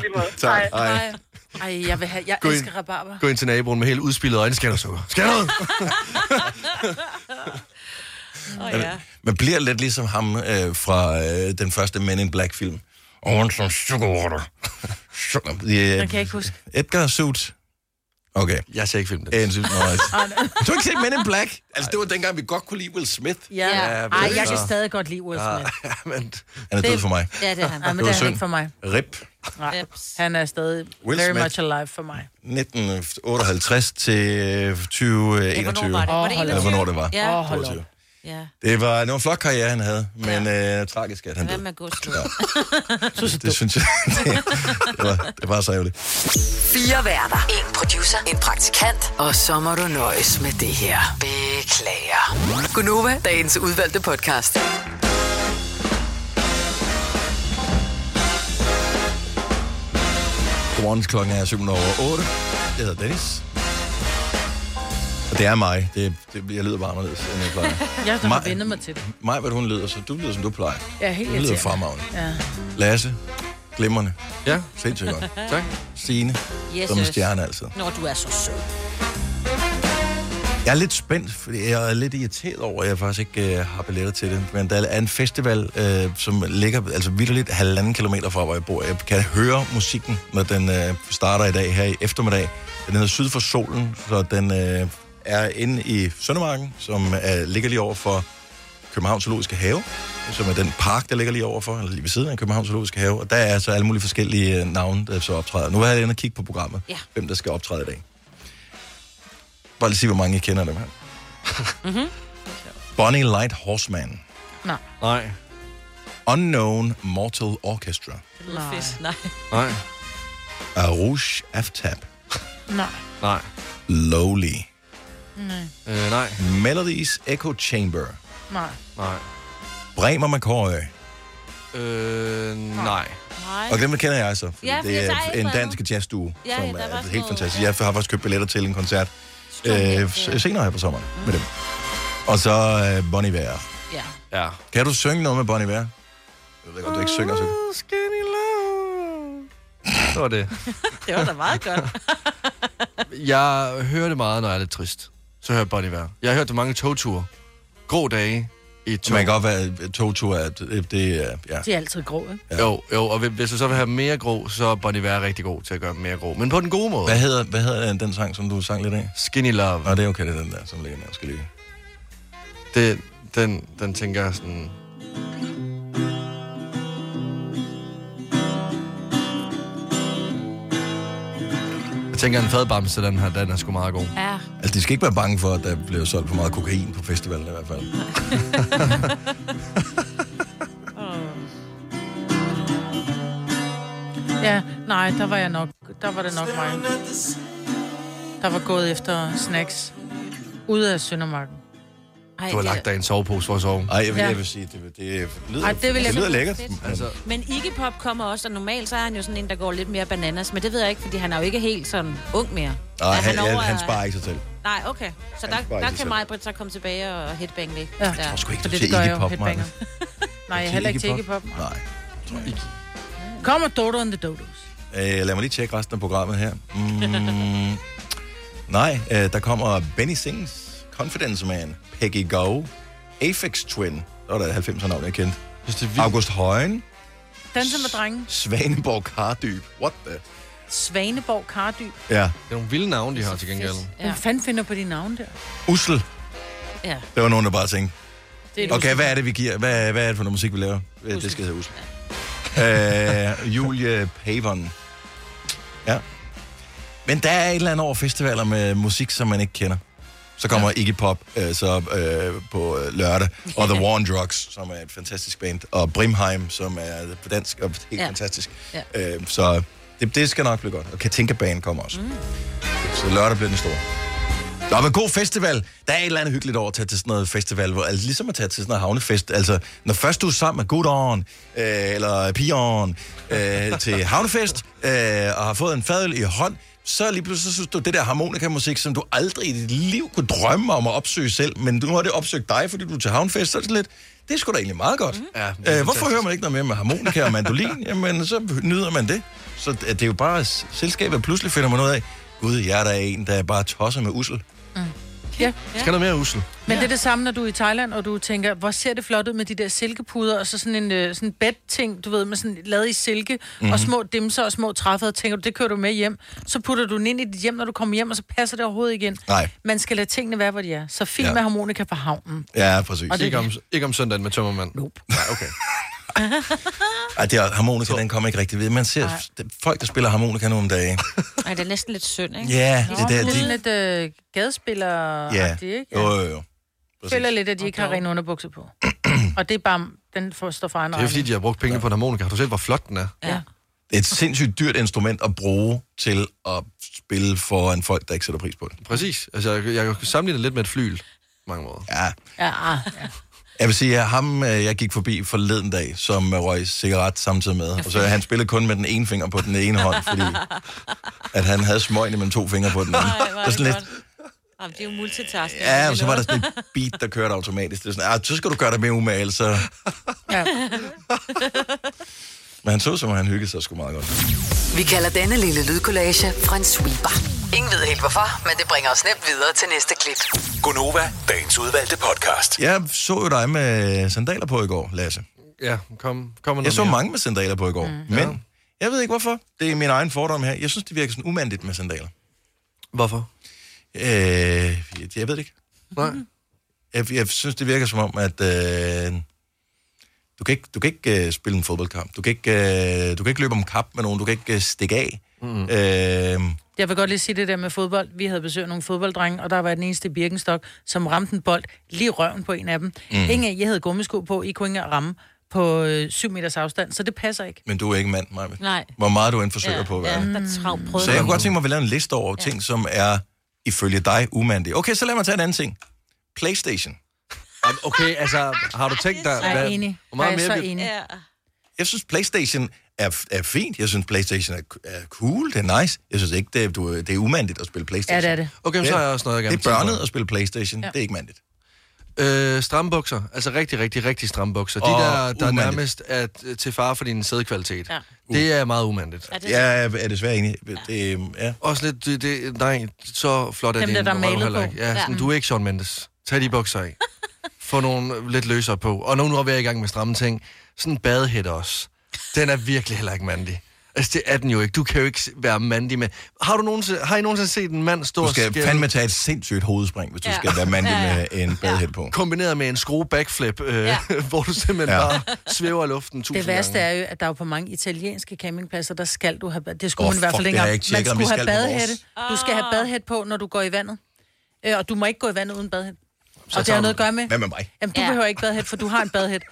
Speaker 15: lige måde.
Speaker 1: [laughs] Tak. Hej.
Speaker 3: Hej. Ej, jeg, vil have, jeg
Speaker 2: Gå ind.
Speaker 3: elsker rabarber.
Speaker 2: Gå ind til naboen med helt udspillet øjne. Skal du sukker? Skal du?
Speaker 3: Åh,
Speaker 1: Men-
Speaker 3: ja.
Speaker 1: Man bliver lidt ligesom ham øh, fra øh, den første Men in Black-film. Og hun som
Speaker 3: [laughs]
Speaker 1: sugarwater. Sugar.
Speaker 3: Den
Speaker 1: Yeah.
Speaker 3: kan jeg ikke huske.
Speaker 1: Edgar Suits. Okay.
Speaker 2: Jeg ser ikke filmen.
Speaker 1: En synes, [laughs] Du har ikke set Men in Black? Ah, Altså, det var dengang, vi godt kunne lide Will Smith.
Speaker 3: Ja. ja
Speaker 1: men
Speaker 3: Ej, jeg
Speaker 1: altså-
Speaker 3: kan stadig godt lide Will Smith.
Speaker 1: [laughs]
Speaker 2: Ja, men...
Speaker 1: Han er død for mig.
Speaker 3: Ja, det er han. Ej, men
Speaker 1: var
Speaker 3: det er han
Speaker 1: synd.
Speaker 3: ikke for mig.
Speaker 1: Rip.
Speaker 3: Nej. Han er stadig
Speaker 1: Will
Speaker 3: very
Speaker 1: Smith.
Speaker 3: much alive for mig.
Speaker 1: 1958 til øh, 2021.
Speaker 3: Ja, hvornår var det? Var det
Speaker 1: Eller
Speaker 3: 21?
Speaker 1: hvornår det var.
Speaker 4: Ja.
Speaker 3: Åh, hold op.
Speaker 1: 22.
Speaker 4: Ja.
Speaker 1: Det var, det var en flot karriere, han havde, men øh, tragisk, at han
Speaker 4: Hvad
Speaker 1: døde.
Speaker 4: med Gustav?
Speaker 1: Det, det synes jeg, [laughs] det, det, var, det var så ærgerligt.
Speaker 5: Fire værter. En producer. En praktikant. Og så må du nøjes med det her. Beklager. Gunova, dagens udvalgte podcast.
Speaker 1: Godmorgen, klokken er 7 over 8. Jeg hedder Dennis. Og det er mig. Det, det, jeg lyder bare anderledes, end jeg plejer.
Speaker 3: [laughs] Jeg har
Speaker 1: Maj-
Speaker 3: vendet mig til det.
Speaker 1: Maj, hvad hun lyder, så du lyder, som du plejer.
Speaker 3: Jeg er helt
Speaker 1: Du lyder
Speaker 3: irriterende.
Speaker 1: fremragende.
Speaker 3: Ja.
Speaker 1: Lasse, glimrende.
Speaker 2: Ja.
Speaker 1: Sindssygt godt.
Speaker 2: Tak.
Speaker 1: Signe,
Speaker 4: Yes,
Speaker 1: som en
Speaker 4: yes.
Speaker 1: stjerne altid.
Speaker 4: Når du er så sød.
Speaker 1: Jeg er lidt spændt, fordi jeg er lidt irriteret over, at jeg faktisk ikke øh, har billetter til det. Men der er en festival, øh, som ligger altså vildt halvanden kilometer fra, hvor jeg bor. Jeg kan høre musikken, når den øh, starter i dag her i eftermiddag. Den hedder Syd for Solen, så den øh, er inde i Søndermarken, som øh, ligger lige over for Københavns Zoologiske Have, som er den park, der ligger lige overfor, eller lige ved siden af Københavns Zoologiske Have. Og der er så alle mulige forskellige øh, navne, der så optræder. Nu har jeg inde og kigge på programmet,
Speaker 4: Ja.
Speaker 1: hvem der skal optræde i dag. Bare lige sige, hvor mange I kender dem her.
Speaker 4: Mhm.
Speaker 3: Mm-hmm.
Speaker 1: Bonnie Light Horseman.
Speaker 3: Nej.
Speaker 2: Nej.
Speaker 1: Unknown Mortal Orchestra.
Speaker 4: Det lyder fedt. Nej.
Speaker 2: Nej.
Speaker 1: Arush Aftab.
Speaker 3: Nej.
Speaker 2: Nej.
Speaker 1: Lowly.
Speaker 3: Nej.
Speaker 2: Øh, nej.
Speaker 1: Melodies Echo Chamber.
Speaker 3: Nej.
Speaker 2: Nej.
Speaker 1: Bremer McCoy.
Speaker 2: Øh, nej.
Speaker 1: Og dem kender jeg så. fordi
Speaker 4: Ja, fordi
Speaker 1: det
Speaker 4: der
Speaker 1: er
Speaker 4: er et
Speaker 1: en
Speaker 4: eller
Speaker 1: dansk jazzduo,
Speaker 4: Ja,
Speaker 1: som
Speaker 4: ja, der var
Speaker 1: er
Speaker 4: sådan
Speaker 1: helt
Speaker 4: noget-
Speaker 1: fantastisk. Jeg har faktisk købt billetter til en koncert
Speaker 4: Stor
Speaker 1: øh,
Speaker 4: hit, ja.
Speaker 1: s- senere her på sommeren med dem. Og så øh, Bon Iver.
Speaker 4: Ja.
Speaker 2: Ja.
Speaker 1: Kan du synge noget med Bon Iver? Jeg ved godt, du ikke synger så.
Speaker 4: Skinny love.
Speaker 2: Det var det.
Speaker 4: Det var da meget godt.
Speaker 2: Jeg hører det meget, når jeg er lidt trist. Så hører jeg Bon Iver. Jeg har hørt det mange togture. Grå dage i
Speaker 4: Mm.
Speaker 2: et tog.
Speaker 1: Man kan godt være togtur, at det, det er... Ja.
Speaker 3: De er altid grå, ikke?
Speaker 2: Ja. Jo, jo, og hvis du så vil have mere grå, så er Bon Iver rigtig god til at gøre dem mere grå. Men på den gode måde.
Speaker 1: Hvad hedder, hvad hedder den, den sang, som du sang lidt af?
Speaker 2: Skinny Love.
Speaker 1: Nå, det er okay, det er den der, som ligger der. Jeg skal lige...
Speaker 2: Det, den, den tænker jeg sådan... Jeg tænker, en fadbamse, den her, den er sgu meget god.
Speaker 4: Ja.
Speaker 1: Altså, de skal ikke være bange for, at der bliver solgt for meget kokain på festivalen i hvert fald.
Speaker 3: Ja, nej, der var jeg nok. Der var det nok mig. Der var gået efter snacks. Ude af Søndermarken. Ej,
Speaker 2: Du har lagt dig i en sovepose for at sove.
Speaker 1: Ej, jeg vil,
Speaker 3: Ja.
Speaker 1: jeg vil sige, det, det lyder,
Speaker 4: Ej, det vil jeg
Speaker 1: lyder
Speaker 4: synes er
Speaker 1: lækkert.
Speaker 4: fedt.
Speaker 1: Altså,
Speaker 4: Men Iggy Pop kommer også, og normalt så er han jo sådan en, der går lidt mere bananas, men det ved jeg ikke, fordi han er jo ikke helt sådan ung mere.
Speaker 1: nej,
Speaker 4: Er
Speaker 1: han, han,
Speaker 4: over-
Speaker 1: han sparer ikke sig til.
Speaker 4: Nej, okay. Så
Speaker 1: Han sparer
Speaker 4: der,
Speaker 1: ikke
Speaker 4: der
Speaker 1: sig
Speaker 4: kan
Speaker 1: selv.
Speaker 4: mig Britt så komme tilbage og headbang lidt. Ja, jeg tror
Speaker 1: sgu ikke,
Speaker 3: For
Speaker 1: du
Speaker 3: det,
Speaker 1: ser
Speaker 3: det gør
Speaker 1: Iggy
Speaker 3: jeg jo,
Speaker 1: Pop, Maja.
Speaker 3: headbanger. Nej, jeg er
Speaker 1: Til
Speaker 3: heller ikke til
Speaker 1: Iggy
Speaker 3: Iggy Pop.
Speaker 1: Nej.
Speaker 3: Kommer Dodo and the Dodos.
Speaker 1: Øh, lad mig lige tjekke resten af programmet her. Mm, nej, øh, der kommer Benny Sings, Confidence Man, Peggy Go, Aphex Twin. Der var der 90'er navn, jeg kendte. August Højen,
Speaker 3: Danser med drengen.
Speaker 1: Svaneborg Kardyb. What the?
Speaker 3: Svaneborg Kardyb.
Speaker 1: Ja.
Speaker 2: Det er nogle vilde navne, de har
Speaker 3: Altså
Speaker 2: til gengæld.
Speaker 3: Ja. Hvem fanden finder på de navne der?
Speaker 1: Ussel.
Speaker 4: Ja.
Speaker 1: Det var nogen, der bare tænkte,
Speaker 3: Det er
Speaker 1: okay, hvad er det, vi giver? Hvad, hvad er det for noget musik, vi laver? Ussel. Det skal hedde Ussel. øh, Julie Pavon. Ja. Men der er et eller andet over festivaler med musik, som man ikke kender. Så kommer ja. Iggy Pop øh, så, øh, på øh, lørdag, og The War on Drugs, som er et fantastisk band, og Brimheim, som er på dansk og helt
Speaker 16: Ja.
Speaker 1: ja. fantastisk.
Speaker 16: Ja.
Speaker 1: Øh, så det, det skal nok blive godt. Og Katinka Band kommer også. Mm. Så lørdag bliver den store. Nå, men god festival. Der er et eller andet hyggeligt over at tage til sådan noget festival, hvor, altså, ligesom at tage til sådan noget havnefest. Altså, når først du er sammen med Gudon, øh, eller Pion, øh, til havnefest, øh, og har fået en fadøl i hånd, så lige pludselig så synes du, det der harmonikamusik, som du aldrig i dit liv kunne drømme om at opsøge selv, men nu har det opsøgt dig, fordi du er til havnefest, så er det sådan lidt, det er sgu da egentlig meget godt. Mm.
Speaker 2: Ja,
Speaker 1: Øh, hvorfor hører man ikke noget mere med harmonika og mandolin? Jamen, så nyder man det. Så øh, det det er jo bare s- selskabet, pludselig finder man noget af, gud, jeg er der en, der bare tosser med ussel.
Speaker 3: Ja.
Speaker 2: Skal der mere ussel?
Speaker 3: Men det er det samme, når du er i Thailand, og du tænker, hvor ser det flot ud med de der silkepuder, og så sådan en øh, sådan bed-ting, du ved, med sådan lavet i silke, mm-hmm.
Speaker 1: Mhm.
Speaker 3: og små dimser og små træffede, og tænker du, det kører du med hjem. Så putter du den ind i dit hjem, når du kommer hjem, og så passer det overhovedet igen.
Speaker 1: Nej.
Speaker 3: Man skal lade tingene være, hvor de er. Så fint
Speaker 2: Ja.
Speaker 3: ja. med harmonika på havnen.
Speaker 1: Ja, præcis.
Speaker 3: Og det-
Speaker 2: Ikke om, ikke om søndagen med tømmermand.
Speaker 3: Nope.
Speaker 2: Nej,
Speaker 3: [laughs]
Speaker 2: okay.
Speaker 1: Ej, det er, harmonika, den kommer ikke rigtig ved. Man ser
Speaker 4: Nej.
Speaker 1: f- det- folk, der spiller harmonika nu om dagen.
Speaker 4: Ej, det er næsten lidt synd, ikke?
Speaker 1: Ja, det er der,
Speaker 3: Det er
Speaker 1: de-
Speaker 3: sådan lidt øh, gadespiller
Speaker 1: Ja.
Speaker 3: ikke?
Speaker 1: Jo, jo, jo. Præcis.
Speaker 3: Føler lidt, at de ikke har rene underbukser
Speaker 1: [clears throat]
Speaker 3: på. og det er bare, den får står for egen
Speaker 2: Det er jo fordi, de har brugt penge på en harmonika. Har du set, hvor flot den er?
Speaker 3: Ja.
Speaker 1: Det er et sindssygt dyrt instrument at bruge til at spille foran folk, der ikke sætter pris på det.
Speaker 2: Præcis. Altså, jeg, jeg kan sammenligne det lidt med et flyl. på Mange måder.
Speaker 1: Ja,
Speaker 3: Ja, ja.
Speaker 1: Jeg vil sige, at ham, øh, jeg gik forbi forleden dag, som øh, røg cigaret samtidig med. Og så han spillede kun med den ene finger på den ene hånd,
Speaker 3: [laughs]
Speaker 1: fordi at han havde smøgn mellem to fingre på den anden.
Speaker 4: Nej, var
Speaker 1: var
Speaker 4: det
Speaker 1: sådan
Speaker 4: godt. Jamen, det er jo multitasking.
Speaker 1: Ja, og så var der sådan et beat, der kørte automatisk. Det er sådan, "Ah, så skal du gøre dig mere umage, ellers så...
Speaker 3: Ja.
Speaker 1: [laughs] Men han så, som om han hyggede sig sgu meget godt.
Speaker 5: Vi kalder denne lille lydkollage en sweeper. Ingen ved helt hvorfor, men det bringer os nemt videre til næste klip.
Speaker 7: Gonova, dagens udvalgte podcast.
Speaker 1: Jeg så jo dig med sandaler på i går, Lasse.
Speaker 2: Ja, kom, kom med
Speaker 1: Jeg
Speaker 2: noget
Speaker 1: så
Speaker 2: mere.
Speaker 1: mange med sandaler på i går, mm. men jeg ved ikke hvorfor. Det er min egen fordom her. Jeg synes, det virker sådan umandigt med sandaler.
Speaker 2: Hvorfor?
Speaker 1: Øh, jeg jeg ved det ikke.
Speaker 2: Nej.
Speaker 1: Jeg, jeg synes, det virker som om, at øh, du kan ikke, du kan ikke øh, spille en fodboldkamp. Du kan, ikke, øh, du kan ikke løbe om kap med nogen. Du kan ikke øh, stikke af. Mm. Øh,
Speaker 3: Jeg vil godt lige sige det der med fodbold. Vi havde besøg af nogle fodbolddrenge, og der var den eneste i Birkenstock, som ramte en bold lige i røven på en af dem.
Speaker 1: Mm.
Speaker 3: Mm. Ingen af jer havde gummisko på, I kunne ikke engang ramme på øh, 7 meters afstand, så det passer ikke.
Speaker 1: men du er ikke mand, Maja.
Speaker 3: Nej.
Speaker 1: Hvor meget du end forsøger på at være det.
Speaker 4: Ja,
Speaker 3: Mm.
Speaker 4: der travlt prøvede
Speaker 1: Så jeg kunne godt tænke mig, at vi lavede en liste over ja. ting, som er ifølge dig umandige. Okay, så lad mig tage en anden ting. Playstation.
Speaker 2: Jamen, Okay, altså, har du tænkt dig...
Speaker 3: Jeg er enig.
Speaker 1: hvor
Speaker 3: Jeg
Speaker 1: meget
Speaker 3: er
Speaker 1: mere
Speaker 3: så
Speaker 1: vi-
Speaker 3: enig. Ja.
Speaker 1: Jeg synes, Playstation er, er fint. Jeg synes, Playstation er, er cool. Det er nice. Jeg synes ikke, det er, du, det er umandigt at spille Playstation.
Speaker 3: Ja, det er det.
Speaker 2: Okay, men så har jeg også noget, jeg gerne
Speaker 1: Det er
Speaker 2: vil
Speaker 1: børnet
Speaker 2: tilføje.
Speaker 1: at spille Playstation. Ja. Det er ikke mandigt.
Speaker 2: Øh, strambukser. Altså rigtig, rigtig, rigtig strambukser. De
Speaker 1: Og
Speaker 2: der, der
Speaker 1: umandigt.
Speaker 2: nærmest er t- til fare for din sædkvalitet.
Speaker 4: Ja.
Speaker 2: Det er meget umandigt.
Speaker 4: Er det-
Speaker 1: Jeg er, er desværre enig. Det, øh, ja.
Speaker 2: Også lidt, det, det, nej, så flot er
Speaker 3: Dem,
Speaker 2: det
Speaker 3: der, der er malet på.
Speaker 2: Ja, sådan,
Speaker 3: Ja.
Speaker 2: du er ikke Sean Mendes. Tag de bukser
Speaker 3: [laughs]
Speaker 2: af. Få nogle lidt løsere på. Og nu, nu er vi i gang med stramme ting. Sådan en badehætte også. Den er virkelig heller ikke mandig. Altså, det er den jo ikke. Du kan jo ikke s- være mandig med... Har, du nogensinde, har I nogensinde set en mand stå
Speaker 1: Du
Speaker 2: og
Speaker 1: skal
Speaker 2: skælde-
Speaker 1: fandme tage et sindssygt hovedspring, hvis du
Speaker 2: Ja.
Speaker 1: ja. skal være mandig
Speaker 2: Ja, ja.
Speaker 1: med en badehæt på.
Speaker 2: kombineret med en skrue backflip, øh, ja.
Speaker 3: Ja.
Speaker 2: [laughs] hvor du simpelthen
Speaker 1: Ja.
Speaker 2: ja. bare svæver i luften tusind
Speaker 3: Det værste
Speaker 2: gange.
Speaker 3: er jo, at der er jo på mange italienske campingpladser, der skal du have... bad- Det skulle
Speaker 2: Åh,
Speaker 3: man i hvert
Speaker 2: fuck,
Speaker 3: fald
Speaker 2: det har
Speaker 3: dengang.
Speaker 2: jeg ikke
Speaker 3: Man
Speaker 2: tjekket, om vi
Speaker 3: skulle have
Speaker 2: skal på
Speaker 3: badehætte. Du skal have badehætte på, når du går i vandet. Øh, og du må ikke gå i vandet uden badhæt.
Speaker 1: Så
Speaker 3: og det
Speaker 1: tager
Speaker 3: har
Speaker 1: du-
Speaker 3: noget at gøre med...
Speaker 1: Hvad med mig?
Speaker 3: Jamen, du
Speaker 1: Ja.
Speaker 3: ja. behøver ikke badhæt, for du har en badhæt.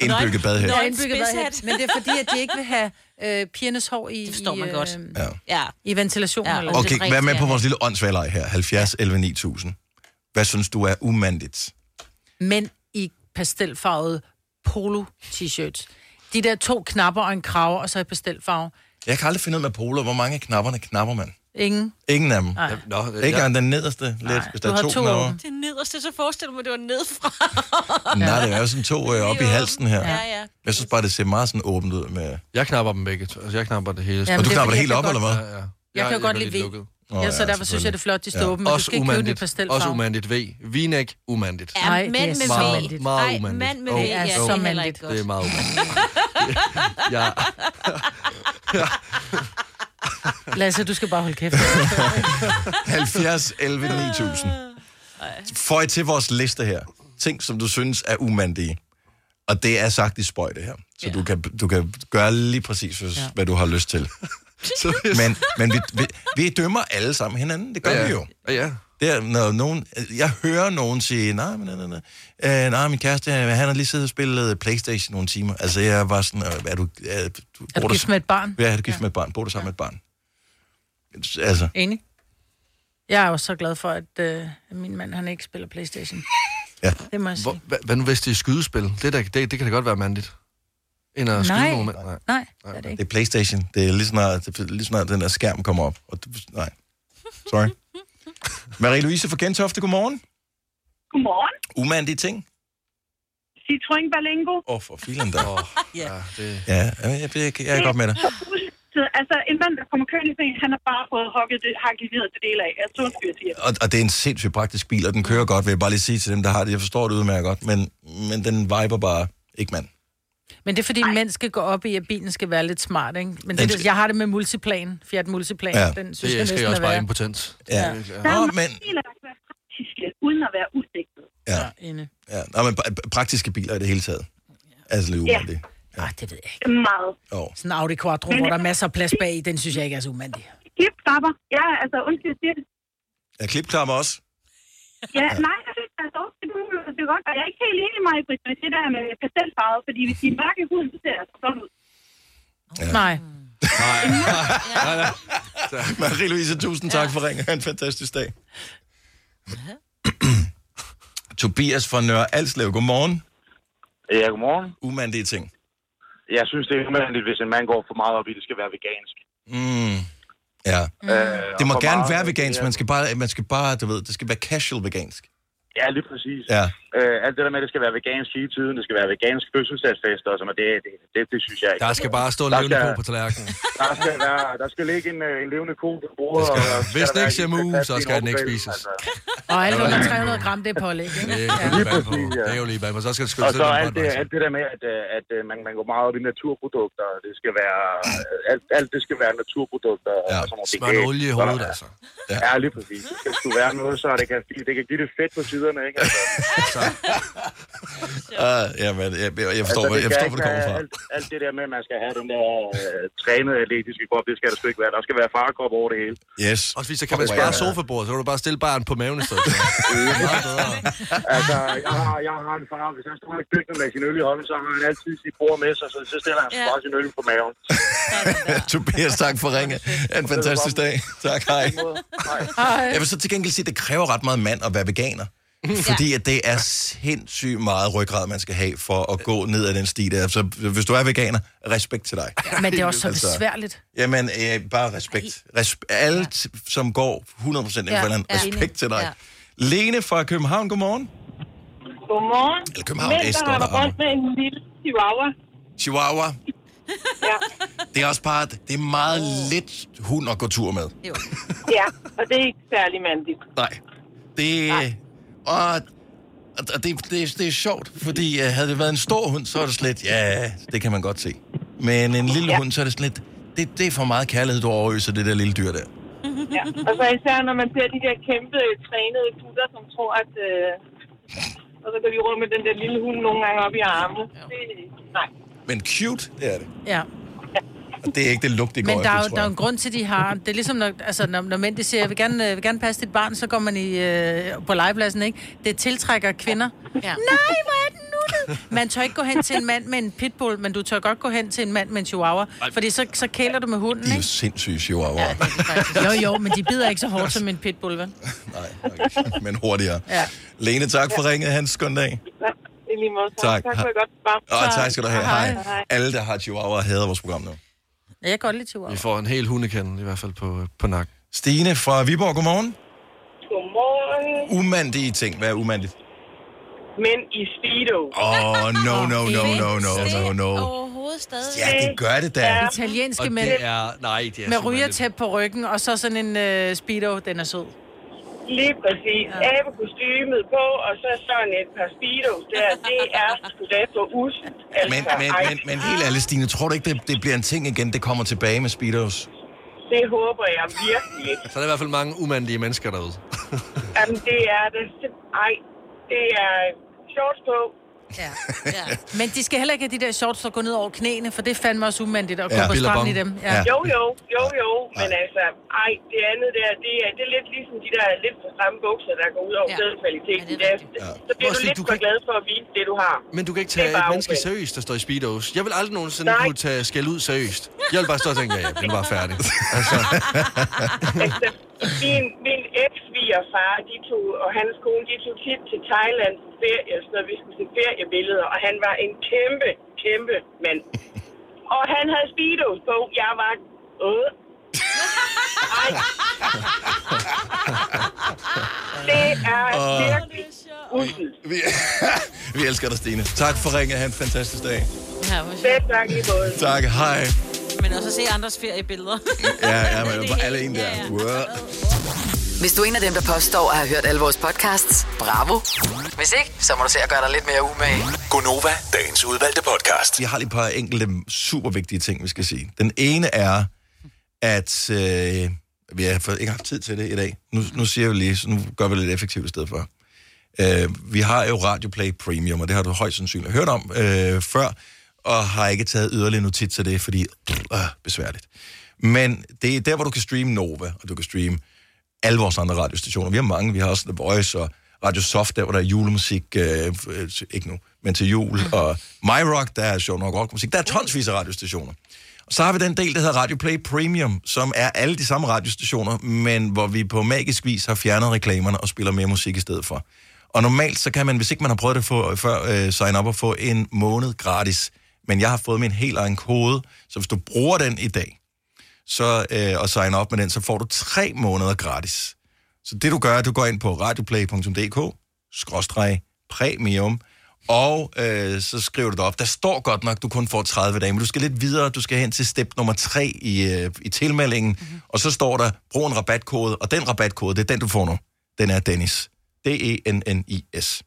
Speaker 1: Indbygget badhæt.
Speaker 3: Der er
Speaker 4: en
Speaker 3: indbygget
Speaker 4: spidshat.
Speaker 3: badhæt. Men det er fordi, at de ikke vil have øh, pigernes hår i... Det forstår man i, godt. Øh,
Speaker 4: ja.
Speaker 3: I ventilation. Ja, eller
Speaker 1: Okay, vær med på vores lille åndssvalg her. 70 11 9000. Hvad synes du er umandigt?
Speaker 3: Mænd i pastelfarvede polo-t-shirts. De der to knapper og en kraver, og så i pastelfarve.
Speaker 1: Jeg kan aldrig finde ud af med polo. Hvor mange af knapperne knapper man?
Speaker 3: Ingen.
Speaker 1: Ingen af dem.
Speaker 3: Nej.
Speaker 1: Nå, ikke engang den nederste lidt, hvis der er to, to knapper.
Speaker 4: Det nederste, så forestil mig, det var nedfra.
Speaker 1: Nej, det er jo sådan to øh, op i halsen her.
Speaker 4: Ja, ja.
Speaker 1: Jeg synes bare, det ser meget sådan åbent ud med...
Speaker 2: Jeg knapper dem begge. to. Altså, jeg knapper det hele.
Speaker 1: Ja, og du knapper det helt op, eller hvad?
Speaker 2: Ja, ja.
Speaker 3: Jeg kan jo godt lide V.
Speaker 2: Nå,
Speaker 3: ja, så
Speaker 2: ja,
Speaker 3: derfor synes jeg, det er flot, de står åbne, men du
Speaker 2: Også
Speaker 3: skal ikke købe det i
Speaker 2: umandigt.
Speaker 3: pastelfarve.
Speaker 2: Også umandigt. V. Vinæk, umandigt.
Speaker 3: Ja, Nej, mænd det er med så
Speaker 2: Meget,
Speaker 3: V. umandigt.
Speaker 2: meget
Speaker 3: Ej,
Speaker 2: umandigt.
Speaker 3: mænd med V,
Speaker 2: Åh,
Speaker 3: ja,
Speaker 2: åh.
Speaker 3: det er heller ikke godt.
Speaker 2: Det er meget umandigt.
Speaker 3: [laughs]
Speaker 2: ja.
Speaker 3: Lasse, du skal bare holde kæft.
Speaker 1: 70 11 9000. Føj til vores liste her. Ting, som du synes er umandige. Og det er sagt i spøj, det her. Så du, kan, du kan gøre lige præcis, hvis, ja. hvad du har lyst [laughs] til. men men vi, vi, vi dømmer alle sammen hinanden. Det gør
Speaker 2: Ja, ja.
Speaker 1: vi jo.
Speaker 2: Ja.
Speaker 1: Det er, når nogen, jeg hører nogen sige, nej, men, nej, nej, nej. Øh, nej, min kæreste, han har lige siddet og spillet Playstation nogle timer. Altså, jeg var sådan, "Øh, er du... Er, du,
Speaker 3: Er
Speaker 1: bor
Speaker 3: du gift med et barn?
Speaker 1: Ja, er du gift med et barn? Bor du sammen med et barn? Altså,
Speaker 3: Enig. Jeg er jo så glad for, at øh, min mand han ikke spiller Playstation.
Speaker 1: Ja.
Speaker 3: Det må jeg sige.
Speaker 2: Hvor, hvad, hvad nu hvis det er skydespil? Det, der, det, det kan da godt være mandigt. End at skyde
Speaker 3: Nej.
Speaker 2: nogen mænd. Nej.
Speaker 3: Nej, det er det
Speaker 1: Det er
Speaker 3: ikke.
Speaker 1: Playstation. Det er lige snart, det er lige snart den der skærm kommer op. Og, du- nej. Sorry. Marie-Louise fra Gentofte, godmorgen.
Speaker 16: Godmorgen.
Speaker 1: Umandige ting.
Speaker 16: Citroën Balingo.
Speaker 1: Åh, oh, for filen da. Oh,
Speaker 16: Ja.
Speaker 2: det...
Speaker 1: Ja, jeg, jeg, jeg, jeg er godt med dig.
Speaker 16: Så, altså, en mand, der kommer kørende i sådan en, han har bare fået hokket det, hakket ned det del af. Altså, Jeg tror, det siger.
Speaker 1: Og, og det er en sindssygt praktisk bil, og den kører godt, vil jeg bare lige sige til dem, der har det. Jeg forstår det udmærket godt, men, men den viber bare ikke, mand.
Speaker 3: Men det er fordi, mænd skal gå op i, at bilen skal være lidt smart, ikke? Men
Speaker 1: Den
Speaker 3: det,
Speaker 1: skal-
Speaker 3: jeg har det med multiplan, Fiat Multiplan.
Speaker 1: Ja,
Speaker 3: Den synes
Speaker 2: Det
Speaker 3: jeg
Speaker 2: skal
Speaker 3: næsten
Speaker 2: jeg også
Speaker 3: er
Speaker 2: bare
Speaker 3: værre.
Speaker 2: impotent.
Speaker 1: Ja.
Speaker 16: Der er
Speaker 1: Nå,
Speaker 16: mange biler, der skal være praktiske, uden at være udsigtet.
Speaker 1: Ja.
Speaker 3: Inde.
Speaker 1: ja. Nå, men pra- praktiske biler i det hele taget. Altså lidt
Speaker 16: Ja.
Speaker 1: umandigt. Ja.
Speaker 3: Ah, det ved jeg
Speaker 16: ikke. Meget.
Speaker 1: Oh.
Speaker 3: Sådan en Audi Quattro, hvor der er masser af plads bag i, den synes jeg ikke er så umandig.
Speaker 16: Klipklapper. Ja, altså, undskyld, jeg siger det.
Speaker 1: Er klipklammer også?
Speaker 16: Ja, nej, jeg synes, der er sovs til muligt, det er godt. Og jeg er ikke helt enig med Britt, med det der med pastelfarvet, fordi hvis de er mørke i huden, så ser jeg sådan ud.
Speaker 1: Ja.
Speaker 3: Nej.
Speaker 1: Ja. Marie-Louise, tusind tak for ringen. Ha' en fantastisk dag. [clears throat] Tobias fra Nørre Alslev, godmorgen.
Speaker 17: Ja, godmorgen.
Speaker 1: Umandige ting.
Speaker 17: Jeg synes, det er umandigt, hvis en mand går for meget op i, at det skal være vegansk.
Speaker 1: Mm. Ja.
Speaker 17: Øh,
Speaker 1: Det må
Speaker 17: og for
Speaker 1: gerne
Speaker 17: meget-
Speaker 1: være vegansk,
Speaker 17: ja.
Speaker 1: man skal bare, man skal bare, du ved, det skal være casual vegansk.
Speaker 17: Ja, lige præcis.
Speaker 1: Ja.
Speaker 17: Øh, alt det der med, at det skal være vegansk hele tiden, det skal være vegansk fødselsdagsfest og sådan noget, det, det, det, det synes jeg ikke.
Speaker 2: Der skal bare stå en levende ko
Speaker 17: skal-
Speaker 2: på tallerkenen.
Speaker 17: Der skal, være, der skal ligge en, øh, en levende ko på bordet.
Speaker 2: Der skal-
Speaker 17: og-
Speaker 2: hvis
Speaker 17: der
Speaker 2: den ikke ser
Speaker 17: være-
Speaker 2: mu,
Speaker 17: der plads
Speaker 2: så
Speaker 17: til en
Speaker 2: skal den ikke
Speaker 17: overfælde,
Speaker 2: spises.
Speaker 17: altså.
Speaker 3: Og alt under 300 gram, det er pålæg, ikke?
Speaker 2: Det
Speaker 3: Ja.
Speaker 2: er jo lige bag på. Det er jo lige bag på. Så skal det sgu
Speaker 17: Altså,
Speaker 2: sidde
Speaker 17: Og så
Speaker 2: med en
Speaker 17: alt det, alt det der med, at, øh, at øh, man, man går meget op i naturprodukter, og det skal være, øh, alt, alt det skal være naturprodukter. Ja, og sådan noget.
Speaker 2: smør noget olie i hovedet, altså.
Speaker 17: Ja. ja, lige præcis. Det skal sgu være noget, så det kan, det kan give det fedt på siderne, ikke? Altså,
Speaker 1: Uh, ja, men jeg, jeg, jeg forstår, altså, jeg
Speaker 17: kan
Speaker 1: forstår hvor
Speaker 17: ikke
Speaker 1: det kommer
Speaker 17: være
Speaker 1: fra.
Speaker 17: Alt, alt det der med, at man skal have den der øh, trænede atletiske krop, det skal der sgu ikke være. Der skal være farkrop over det hele.
Speaker 1: Yes.
Speaker 2: Også hvis så kan man spare sofabordet, så kan du bare stille barn på maven i stedet.
Speaker 17: Altså, jeg har, jeg har en far, hvis han står i køkkenet med sin øl i hånden, så har han altid sit bord med sig, så, så stiller han ja. bare sin øl på
Speaker 16: [laughs]
Speaker 17: maven.
Speaker 1: [laughs] Tobias, tak for ringe. En fantastisk dag. Tak, hej.
Speaker 17: Hej.
Speaker 1: Jeg vil så til gengæld sige, at det kræver ret meget mand at være veganer.
Speaker 3: Mhm.
Speaker 1: Fordi at det er sindssygt meget ryggrad, man skal have for at gå ned ad den sti der. Så hvis du er veganer, respekt til
Speaker 3: [laughs]
Speaker 1: dig.
Speaker 3: Men det er også så besværligt.
Speaker 1: Jamen, øh, bare respekt. Resp- alt, som går 100% inden for
Speaker 3: Ja,
Speaker 1: hinanden,
Speaker 3: ja.
Speaker 1: respekt til dig.
Speaker 3: Ja.
Speaker 1: Lene fra København, godmorgen.
Speaker 16: Godmorgen.
Speaker 1: Eller København
Speaker 16: Mænd,
Speaker 1: S,
Speaker 16: der
Speaker 1: står
Speaker 16: har
Speaker 1: der.
Speaker 16: der godt med en lille chihuahua.
Speaker 1: Chihuahua. Det er også bare, det er meget lidt hund at gå tur med.
Speaker 16: Ja, og det er ikke særlig mandigt.
Speaker 1: Nej. Det, Og, og- og det, det, det er sjovt, fordi uh, havde det været en stor hund, så er det slet, ja, det kan man godt se. Men en lille ja. hund, så er det slet, det, det er for meget kærlighed, du overøser det der lille dyr der.
Speaker 16: Ja. Og så især, når man ser de der kæmpe øh, trænede gutter, som tror, at... Øh, og så går de rundt med den der lille hund nogle gange op i armene. Det, nej.
Speaker 1: Men cute, det er det.
Speaker 3: Ja.
Speaker 1: Og det er ikke det lugt, det går
Speaker 3: Men der er,
Speaker 1: efter,
Speaker 3: jo,
Speaker 1: tror
Speaker 3: der er jo
Speaker 1: jeg.
Speaker 3: en grund til, de har... Det er ligesom, når, altså, når, når mænd de siger, jeg vil gerne, øh, vil gerne passe dit barn, så går man i, øh, på legepladsen, ikke? Det tiltrækker kvinder. Ja. Nej, hvor er den nuttet! Man tør ikke gå hen til en mand med en pitbull, men du tør godt gå hen til en mand med en chihuahua, fordi så, så kæler du med hunden,
Speaker 1: De er jo
Speaker 3: ikke?
Speaker 1: sindssyge chihuahua. Ja,
Speaker 3: Jo, jo, men de bider ikke så hårdt som en pitbull, vel?
Speaker 1: men hurtigere.
Speaker 3: Ja.
Speaker 1: Lene, tak for ringet. Hans skøn dag.
Speaker 15: I lige måde.
Speaker 1: Tak.
Speaker 15: Tak for et godt program.
Speaker 1: Og tak skal du have. Hej.
Speaker 15: Hej.
Speaker 1: Alle, der har chihuahua, hader vores program nu.
Speaker 3: Ja, jeg kan godt lide chihuahua.
Speaker 2: Vi får en hel hundekende i hvert fald på, øh, på nakken.
Speaker 1: Stine fra Viborg, godmorgen.
Speaker 15: Godmorgen.
Speaker 1: Umandige ting. Hvad er umandigt?
Speaker 15: Men i Speedo.
Speaker 1: Åh, oh, no, no, no, no, no, no, no.
Speaker 3: Overhovedet stadig.
Speaker 1: Ja, det gør det da.
Speaker 3: Italienske mænd
Speaker 2: er, nej, det
Speaker 3: med rygertæp på ryggen, og så sådan en øh, speedo, den er sød.
Speaker 15: Lige præcis. Ja. Abekostymet på, og så sådan et par speedos der. Det er sgu da altså. for us.
Speaker 1: Men, men, men, men helt ærligt, Stine, tror du ikke, det, det bliver en ting igen? Det kommer tilbage med speedos?
Speaker 15: Det håber jeg virkelig ikke.
Speaker 2: Så er der i hvert fald mange umandige mennesker derude.
Speaker 15: Jamen, det er det. sim- Ej, det er shorts på.
Speaker 3: Ja. ja. Men de skal heller ikke have de der shorts, der går ned over knæene, for det er fandme også umandigt at gå
Speaker 15: Ja.
Speaker 3: ja. på stranden i dem.
Speaker 15: Ja. Jo, jo, jo, jo. Men altså, ej, det andet der, det er, det er lidt ligesom de der lidt for stramme bukser, der går ud over ja. sædkvaliteten. Ja, så bliver du lidt for glad for at vise det, du har.
Speaker 2: Men du kan ikke
Speaker 15: Det er
Speaker 2: tage et
Speaker 15: bare
Speaker 2: menneske
Speaker 15: ubehageligt.
Speaker 2: seriøst, der står i speedos. Jeg vil aldrig nogensinde
Speaker 15: Nej.
Speaker 2: kunne tage skæld ud seriøst. Jeg vil bare stå og tænke, ja, ja, den var
Speaker 1: [laughs]
Speaker 2: færdig. Altså,
Speaker 15: altså, min, min eks far, de tog, og hans kone, de tog tit til Thailand på ferie, så når vi skulle se feriebilleder, og han var en kæmpe, kæmpe mand. Og han havde speedos på. Jeg var... Øh. Ej. Det er
Speaker 1: Åh.
Speaker 15: virkelig usselt.
Speaker 1: [laughs] Vi elsker dig, Stine. Tak for ringet. Ha' en fantastisk dag.
Speaker 4: Ja, hvor
Speaker 15: Selv tak i både.
Speaker 1: Tak. Hej.
Speaker 4: sjovt. Men også at se andres
Speaker 1: [laughs]
Speaker 4: feriebilleder.
Speaker 1: Ja, ja, men på alle en der. Wow.
Speaker 5: Hvis du er en af dem, der påstår at have hørt alle vores podcasts, bravo. Hvis ikke, så må du se at gøre dig lidt mere umage.
Speaker 7: Gonova, dagens udvalgte podcast.
Speaker 1: Jeg har lige et par enkelte super vigtige ting, vi skal sige. Den ene er, at øh, vi har fået- ikke haft tid til det i dag. Nu, nu siger vi lige, så nu gør vi det lidt effektivt i stedet for. Øh, vi har jo Radio Play Premium, og det har du højst sandsynligt hørt om øh, før, og har ikke taget yderligere notit til det, fordi øh, besværligt. Men det er der, hvor du kan streame Nova, og du kan streame alle vores andre radiostationer. Vi har mange. Vi har også The Voice og Radio Soft, der hvor der er julemusik, øh, øh, ikke nu, men til jul, og My Rock, der er sjov nok rockmusik. Der er tonsvis af radiostationer. Og så har vi den del, der hedder Radio Play Premium, som er alle de samme radiostationer, men hvor vi på magisk vis har fjernet reklamerne og spiller mere musik i stedet for. Og normalt, så kan man, hvis ikke man har prøvet det for, før, øh, sign op og få en måned gratis. Men jeg har fået min helt egen kode, så hvis du bruger den i dag, så, øh, og sign op med den, så får du tre måneder gratis. Så det du gør, er, at du går ind på radioplay.dk, skråstreg, premium, og øh, så skriver du det op. Der står godt nok, du kun får 30 dage, men du skal lidt videre. Du skal hen til step nummer 3 i, øh, i tilmeldingen, mm-hmm. og så står der, brug en rabatkode, og den rabatkode, det er den, du får nu. Den er Dennis. E D-E-N-N-I-S.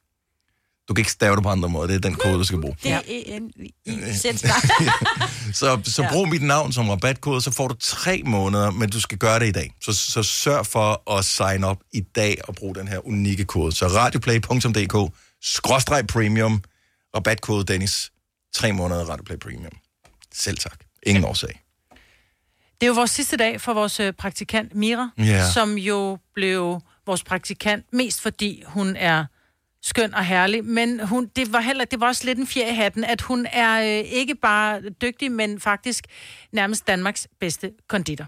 Speaker 1: Du kan ikke stave det på andre måder. Det er den kode, du skal bruge.
Speaker 4: d e n i z Nej.
Speaker 1: Så, så brug mit navn som rabatkode, så får du tre måneder, men du skal gøre det i dag. Så, så sørg for at sign up i dag og brug den her unikke kode. Så radioplay.dk, skråstreg premium, rabatkode Dennis, tre måneder radioplay premium. Selv tak. Ingen årsag.
Speaker 3: Det er jo vores sidste dag for vores øh, praktikant Mira,
Speaker 1: Ja.
Speaker 3: som jo blev vores praktikant mest fordi hun er skøn og herlig, men hun, det, var heller, det var også lidt en fjer i hatten, at hun er øh, ikke bare dygtig, men faktisk nærmest Danmarks bedste konditor.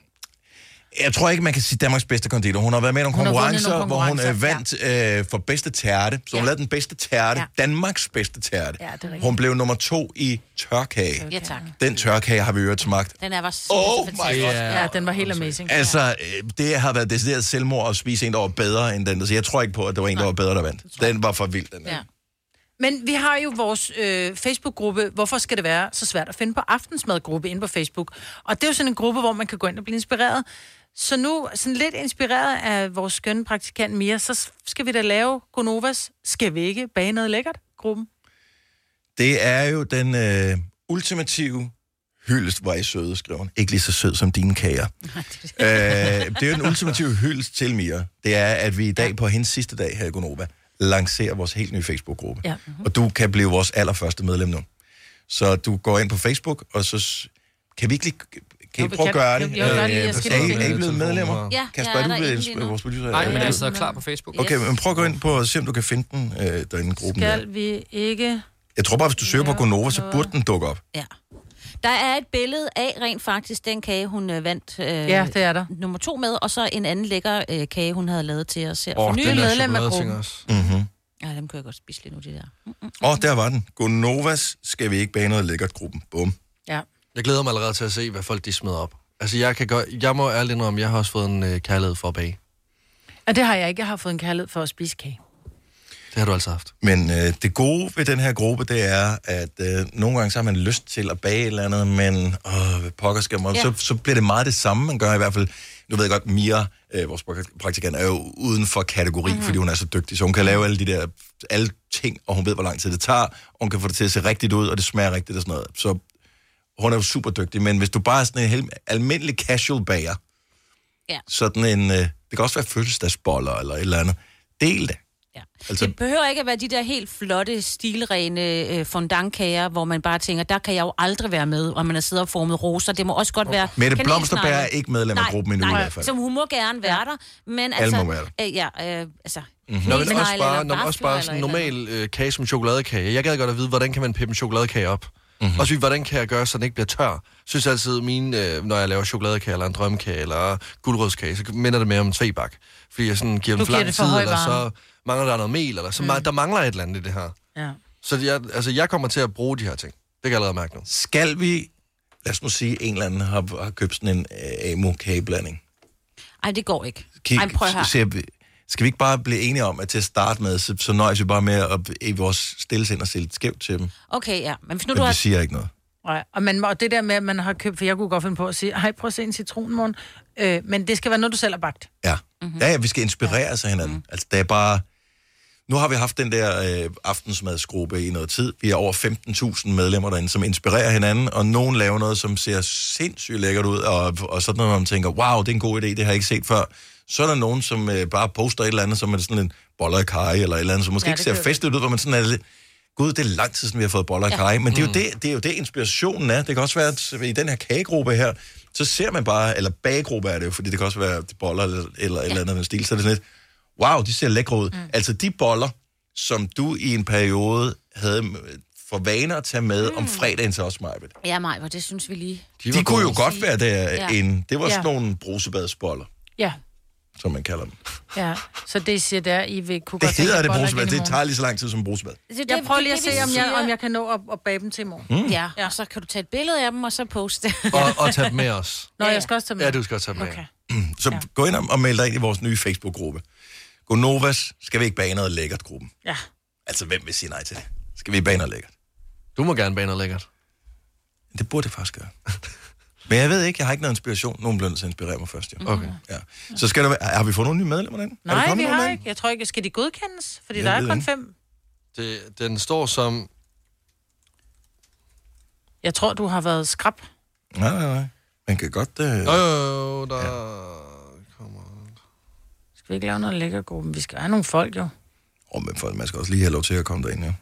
Speaker 1: Jeg tror ikke, man kan sige Danmarks bedste konditor. Hun har været med i nogle
Speaker 3: Hun har vundet
Speaker 1: konkurrencer,
Speaker 3: nogle
Speaker 1: nogle konkurrencer, hvor hun øh, vandt
Speaker 3: konkurrencer,
Speaker 1: øh, for bedste tærte. Så hun
Speaker 3: Ja.
Speaker 1: lavede den bedste tærte.
Speaker 3: Ja.
Speaker 1: Danmarks bedste tærte.
Speaker 4: Ja, det er rigtigt.
Speaker 1: hun blev nummer to i tørkage.
Speaker 4: Ja, tak.
Speaker 1: Den tørkage har vi øret til magt.
Speaker 4: Den er var så
Speaker 1: Oh my
Speaker 4: fantastisk.
Speaker 1: God.
Speaker 3: Ja, den var helt amazing.
Speaker 1: Altså, øh, det har været decideret selvmord at spise en, der var bedre end den. der. Så jeg tror ikke på, at det var en, der var bedre, der vandt. Den var for vild, den der.
Speaker 3: Ja. Men vi har jo vores øh, Facebook-gruppe, Hvorfor skal det være så svært at finde på aftensmadgruppe inde på Facebook? Og det er jo sådan en gruppe, hvor man kan gå ind og blive inspireret. Så nu, sådan lidt inspireret af vores skønne praktikant Mia, så skal vi da lave Gonovas Skal vi ikke bage noget lækkert? gruppen.
Speaker 1: Det er jo den øh, ultimative hyldest, hvor I søde, skriver hun. Ikke lige så sød som dine [laughs] kager. øh, det er jo den ultimative hyldest til Mia. Det er, at vi i dag på hendes sidste dag her i Gonova lancerer vores helt nye Facebook-gruppe.
Speaker 3: Ja.
Speaker 1: Mm-hmm. Og du kan blive vores allerførste medlem nu. Så du går ind på Facebook, og så... s- Kan vi ikke lige, Kan I
Speaker 18: vi
Speaker 1: prøve at
Speaker 18: kan.
Speaker 1: gøre
Speaker 18: Jo,
Speaker 1: det?
Speaker 18: jo, jeg gør lige,
Speaker 1: Øh,
Speaker 18: jeg skal
Speaker 1: er,
Speaker 18: lige
Speaker 1: I, er I
Speaker 18: finde
Speaker 1: blevet
Speaker 18: telefonen.
Speaker 1: medlemmer?
Speaker 18: Ja,
Speaker 1: Kasper,
Speaker 18: jeg
Speaker 1: er
Speaker 18: er
Speaker 1: du
Speaker 18: der
Speaker 1: blevet
Speaker 18: inde lige
Speaker 1: ins-
Speaker 18: nu.
Speaker 1: vores producer?
Speaker 18: Nej,
Speaker 1: Er
Speaker 18: men altså-
Speaker 1: du-
Speaker 18: jeg sidder klar på Facebook.
Speaker 1: Okay,
Speaker 18: Yes.
Speaker 1: men prøv at gå ind på og se, om du kan finde den øh, derinde i gruppen. der.
Speaker 3: Skal vi ikke...
Speaker 1: Jeg tror bare, hvis du søger på Gonova, så burde den dukke op.
Speaker 4: Ja. Der er et billede af rent faktisk den kage, hun øh, vandt øh,
Speaker 3: Ja, det er der.
Speaker 4: nummer to med, og så en anden lækker øh, kage, hun havde lavet til os her.
Speaker 1: Åh,
Speaker 4: for
Speaker 1: den
Speaker 4: nylig.
Speaker 1: der chokoladeting Mhm.
Speaker 4: Ja, dem kan jeg godt spise lige nu, de der.
Speaker 1: Og der var den. Gonovas skal vi ikke bage noget lækkert gruppen. Bum.
Speaker 3: Ja.
Speaker 2: Jeg glæder mig allerede til at se, hvad folk de smider op. Altså, jeg, kan godt, jeg må ærligt indrømme, jeg har også fået en øh, kærlighed for at bage.
Speaker 3: Og det har jeg ikke. Jeg har fået en kærlighed for at spise kage.
Speaker 2: Det har du altså haft.
Speaker 1: Men øh, det gode ved den her gruppe, det er, at øh, nogle gange så har man lyst til at bage et eller andet, men åh, hvad pokker skal man,
Speaker 2: Ja.
Speaker 1: ja. så, så bliver det meget det samme, man gør i hvert fald. Nu ved jeg godt, Mia, øh, vores prak- praktikant, er jo uden for kategori, mm-hmm. fordi hun er så dygtig, så hun kan lave alle de der, alle ting, og hun ved, hvor lang tid det tager, og hun kan få det til at se rigtigt ud, og det smager rigtigt og sådan noget. Så hun er jo super dygtig, men hvis du bare er sådan en hel, almindelig casual bager,
Speaker 4: Ja.
Speaker 1: sådan en, øh, det kan også være fødselsdagsboller eller et eller andet, del det.
Speaker 4: Ja.
Speaker 1: Altså,
Speaker 4: Det behøver ikke at være de der helt flotte, stilrene øh, fondantkager, hvor man bare tænker, der kan jeg jo aldrig være med, og man har siddet og formet roser. Det må også godt være...
Speaker 1: Mette
Speaker 4: kanelsnegle.
Speaker 1: Blomsterberg er ikke medlem af
Speaker 4: Nej,
Speaker 1: gruppen endnu
Speaker 4: nej,
Speaker 1: i hvert fald.
Speaker 4: Så hun må gerne være der, men
Speaker 1: Alle
Speaker 4: altså...
Speaker 1: må være Mhm.
Speaker 4: der. Øh, ja, øh, altså...
Speaker 2: Mm-hmm. Når man
Speaker 4: kanelsnegle
Speaker 2: også bare,
Speaker 4: eller
Speaker 2: når man også bare
Speaker 4: vafler
Speaker 2: sådan en
Speaker 4: eller et
Speaker 2: normal øh, kage som chokoladekage. Jeg gad godt at vide, hvordan kan man pippe en chokoladekage op? Mm-hmm. Også hvordan kan jeg gøre, så den ikke bliver tør? Synes altid, mine, øh, når jeg laver chokoladekage, eller en drømkage, eller guldrødskage, så minder det mere om en tvebak. Fordi jeg sådan giver
Speaker 3: Du
Speaker 2: den for
Speaker 3: giver
Speaker 2: lang
Speaker 3: det
Speaker 2: tid,
Speaker 3: for høj
Speaker 2: eller så
Speaker 3: varme. Mhm.
Speaker 2: mangler der noget mel, eller så mm. der mangler et eller andet i det her.
Speaker 3: Ja.
Speaker 2: Så jeg, altså, jeg kommer til at bruge de her ting. Det kan jeg allerede mærke nu.
Speaker 1: Skal vi... Lad os nu sige, at en eller anden har, har købt sådan en øh, AMO-kageblanding.
Speaker 4: andet. Ej, det går ikke.
Speaker 1: Kig-
Speaker 4: Ej, prøv her.
Speaker 1: s- ser vi- Skal vi ikke bare blive enige om, at til at starte med, så, så nøjes vi bare med at i vores stille sind og se lidt skævt til dem.
Speaker 4: Okay, ja. Men hvis nu
Speaker 1: Men
Speaker 4: du
Speaker 1: vi
Speaker 4: har...
Speaker 1: siger ikke noget.
Speaker 3: Nej, og, man, må- og det der med, at man har købt, for jeg kunne godt finde på at sige, hej, prøv at se en citronmorgen. Øh, men det skal være noget, du selv har bagt.
Speaker 1: Ja.
Speaker 2: Mhm.
Speaker 1: Mm-hmm. ja, ja, vi skal inspirere ja. sig hinanden. Mm. Altså, det er bare... Nu har vi haft den der øh, aftensmadsgruppe i noget tid. Vi er over 15.000 medlemmer derinde, som inspirerer hinanden, og nogen laver noget, som ser sindssygt lækkert ud, og, og sådan noget, hvor man tænker, wow, det er en god idé, det har jeg ikke set før. Så er der nogen, som øh, bare poster et eller andet, som er sådan en boller af kaj, eller et eller andet, som måske
Speaker 2: Ja,
Speaker 1: ja,
Speaker 2: det
Speaker 1: ikke ser
Speaker 2: kan jeg
Speaker 1: festligt ud, hvor man sådan er lidt, gud, det er lang tid, siden vi har fået boller af
Speaker 2: Ja.
Speaker 1: ja. kaj, men det er, jo
Speaker 2: Mm.
Speaker 1: det, det er jo det, inspirationen er. Det kan også være, at i den her kagegruppe her, så ser man bare, eller baggruppe er det jo, fordi det kan også være boller eller, eller ja. et eller andet af den stil, så er det sådan lidt, wow, de ser lækre ud. Mm. Altså de boller, som du i en periode havde øh, for vaner at tage med mm. om fredagen til os, Majbet.
Speaker 4: Ja, mig, hvor det synes vi lige...
Speaker 1: De, de kunne jo godt være derinde.
Speaker 4: Ja.
Speaker 1: Det var sådan
Speaker 3: Ja.
Speaker 1: nogle brusebadsboller,
Speaker 3: Ja,
Speaker 1: som man kalder dem.
Speaker 3: ja. Så det I siger der, I vil kunne
Speaker 1: Det
Speaker 3: godt tænke jer
Speaker 1: hedder det
Speaker 3: boller
Speaker 1: brusebad.
Speaker 3: igen i
Speaker 1: Det
Speaker 3: morgen.
Speaker 1: tager lige så lang tid som brusebad.
Speaker 4: Det,
Speaker 3: Jeg prøver lige at
Speaker 4: det, det,
Speaker 3: se,
Speaker 4: vi
Speaker 3: om jeg,
Speaker 4: siger.
Speaker 3: om jeg kan nå at, at bage dem til i morgen.
Speaker 1: Mm.
Speaker 4: Ja, og så kan du tage et billede af dem, og så poste det. [laughs]
Speaker 2: Og, og tage dem med os.
Speaker 3: Nå, jeg skal også tage med.
Speaker 2: Ja, du skal også tage dem med. Okay.
Speaker 1: Så ja. gå ind og og meld dig ind i vores nye Facebook-gruppe. Gonovas skal vi ikke bage noget lækkert, gruppen.
Speaker 3: Ja.
Speaker 1: Altså, hvem vil sige nej til det? Skal vi bage noget lækkert?
Speaker 2: Du må gerne bage noget lækkert.
Speaker 1: Det burde det faktisk gøre. Men jeg ved ikke, jeg har ikke noget inspiration. Nogen bliver nødt til at inspirere mig først, jo. Okay. Ja. Så skal der være... Har vi fået nogle nye medlemmer derinde? Er der
Speaker 3: Nej,
Speaker 1: kommet
Speaker 3: vi
Speaker 1: nogle
Speaker 3: har
Speaker 1: med?
Speaker 3: ikke. Jeg tror ikke, skal de godkendes? Fordi
Speaker 1: Jeg
Speaker 3: der er
Speaker 1: ved
Speaker 3: kun
Speaker 1: ikke.
Speaker 3: fem.
Speaker 2: Det, den står som...
Speaker 3: Jeg tror, du har været skrab.
Speaker 1: Nej, nej, nej. Man kan godt... Øh...
Speaker 2: Jo, jo, jo, der...
Speaker 3: Skal vi ikke lave noget lækker gruppen? Vi skal have nogle folk, jo.
Speaker 1: Åh, men folk, man skal også lige have lov til at komme derind, ja.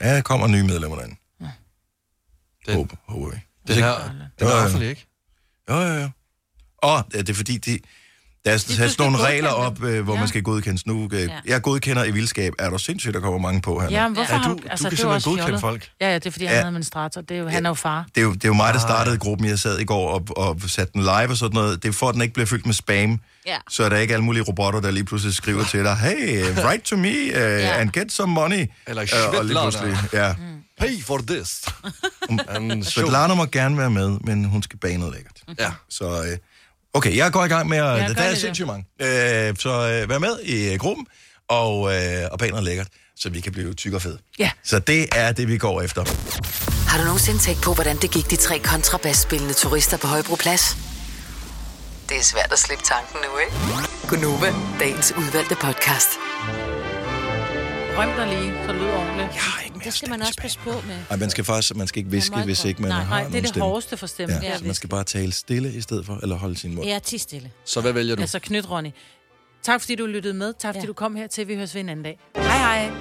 Speaker 1: Der kommer nye medlemmer derinde. Ja. Det håber, håber vi.
Speaker 2: Det her, det er i hvert fald ikke.
Speaker 1: Jo, jo, jo. Og ja, det er fordi, de, der er sat sådan nogle regler op, øh, hvor ja. man skal godkendes nu. Øh,
Speaker 3: Ja.
Speaker 1: Jeg godkender i vildskab. Er du sindssygt, der kommer mange på her? nu?
Speaker 3: Ja, men hvorfor har
Speaker 2: du
Speaker 3: altså,
Speaker 2: kan
Speaker 3: det er jo
Speaker 2: simpelthen
Speaker 3: også
Speaker 2: godkende
Speaker 3: fjollet.
Speaker 2: folk.
Speaker 3: Ja, ja, det er fordi, han
Speaker 1: Ja.
Speaker 3: ja. havde administrator. Det er jo, han er jo far.
Speaker 1: Det er, jo, det er jo mig, der startede gruppen. Jeg sad i går og, og satte den live og sådan noget. Det er for, at den ikke bliver fyldt med spam.
Speaker 3: Ja.
Speaker 1: Så er der ikke alle mulige robotter, der lige pludselig skriver til dig, hey, øh, write to me uh, and get some money.
Speaker 2: Eller
Speaker 1: Øh, og lige
Speaker 2: Svetlana.
Speaker 1: pludselig, ja.
Speaker 2: Pay for this.
Speaker 1: Mm. Svetlana må gerne være med, men hun skal bage noget lækkert.
Speaker 2: Ja.
Speaker 1: Så øh, okay, jeg går i gang med at...
Speaker 2: Ja,
Speaker 1: Ja,
Speaker 2: gør
Speaker 1: der er
Speaker 2: det,
Speaker 1: sindssygt mange. Øh, så øh, vær med i øh, gruppen og, øh, og bag noget lækkert, så vi kan blive tykke og fede.
Speaker 5: Ja.
Speaker 1: Så det er det, vi går efter.
Speaker 5: Har du nogensinde tænkt på, hvordan det gik de tre kontrabasspillende turister på Højbroplads? Det er svært at slippe tanken nu, ikke? Gunova, dagens udvalgte podcast.
Speaker 3: Røm dig lige, så det lyder ordentligt.
Speaker 1: Men
Speaker 4: det skal man også passe på med.
Speaker 1: Ej, man skal faktisk man skal ikke viske,
Speaker 4: meget
Speaker 1: hvis
Speaker 4: godt.
Speaker 1: ikke man
Speaker 4: Nej,
Speaker 1: har
Speaker 4: nej, det er
Speaker 1: nogen
Speaker 4: det
Speaker 1: stemme.
Speaker 4: hårdeste for stemmen, det er
Speaker 1: Ja,
Speaker 4: at
Speaker 1: så man skal bare tale stille i stedet for, eller holde sin mund.
Speaker 3: Ja, ti stille.
Speaker 2: Så hvad vælger du?
Speaker 3: Altså knyt, Ronny. Tak fordi du lyttede med. Tak fordi ja. du kom her til. Vi høres ved en anden dag. Hej hej.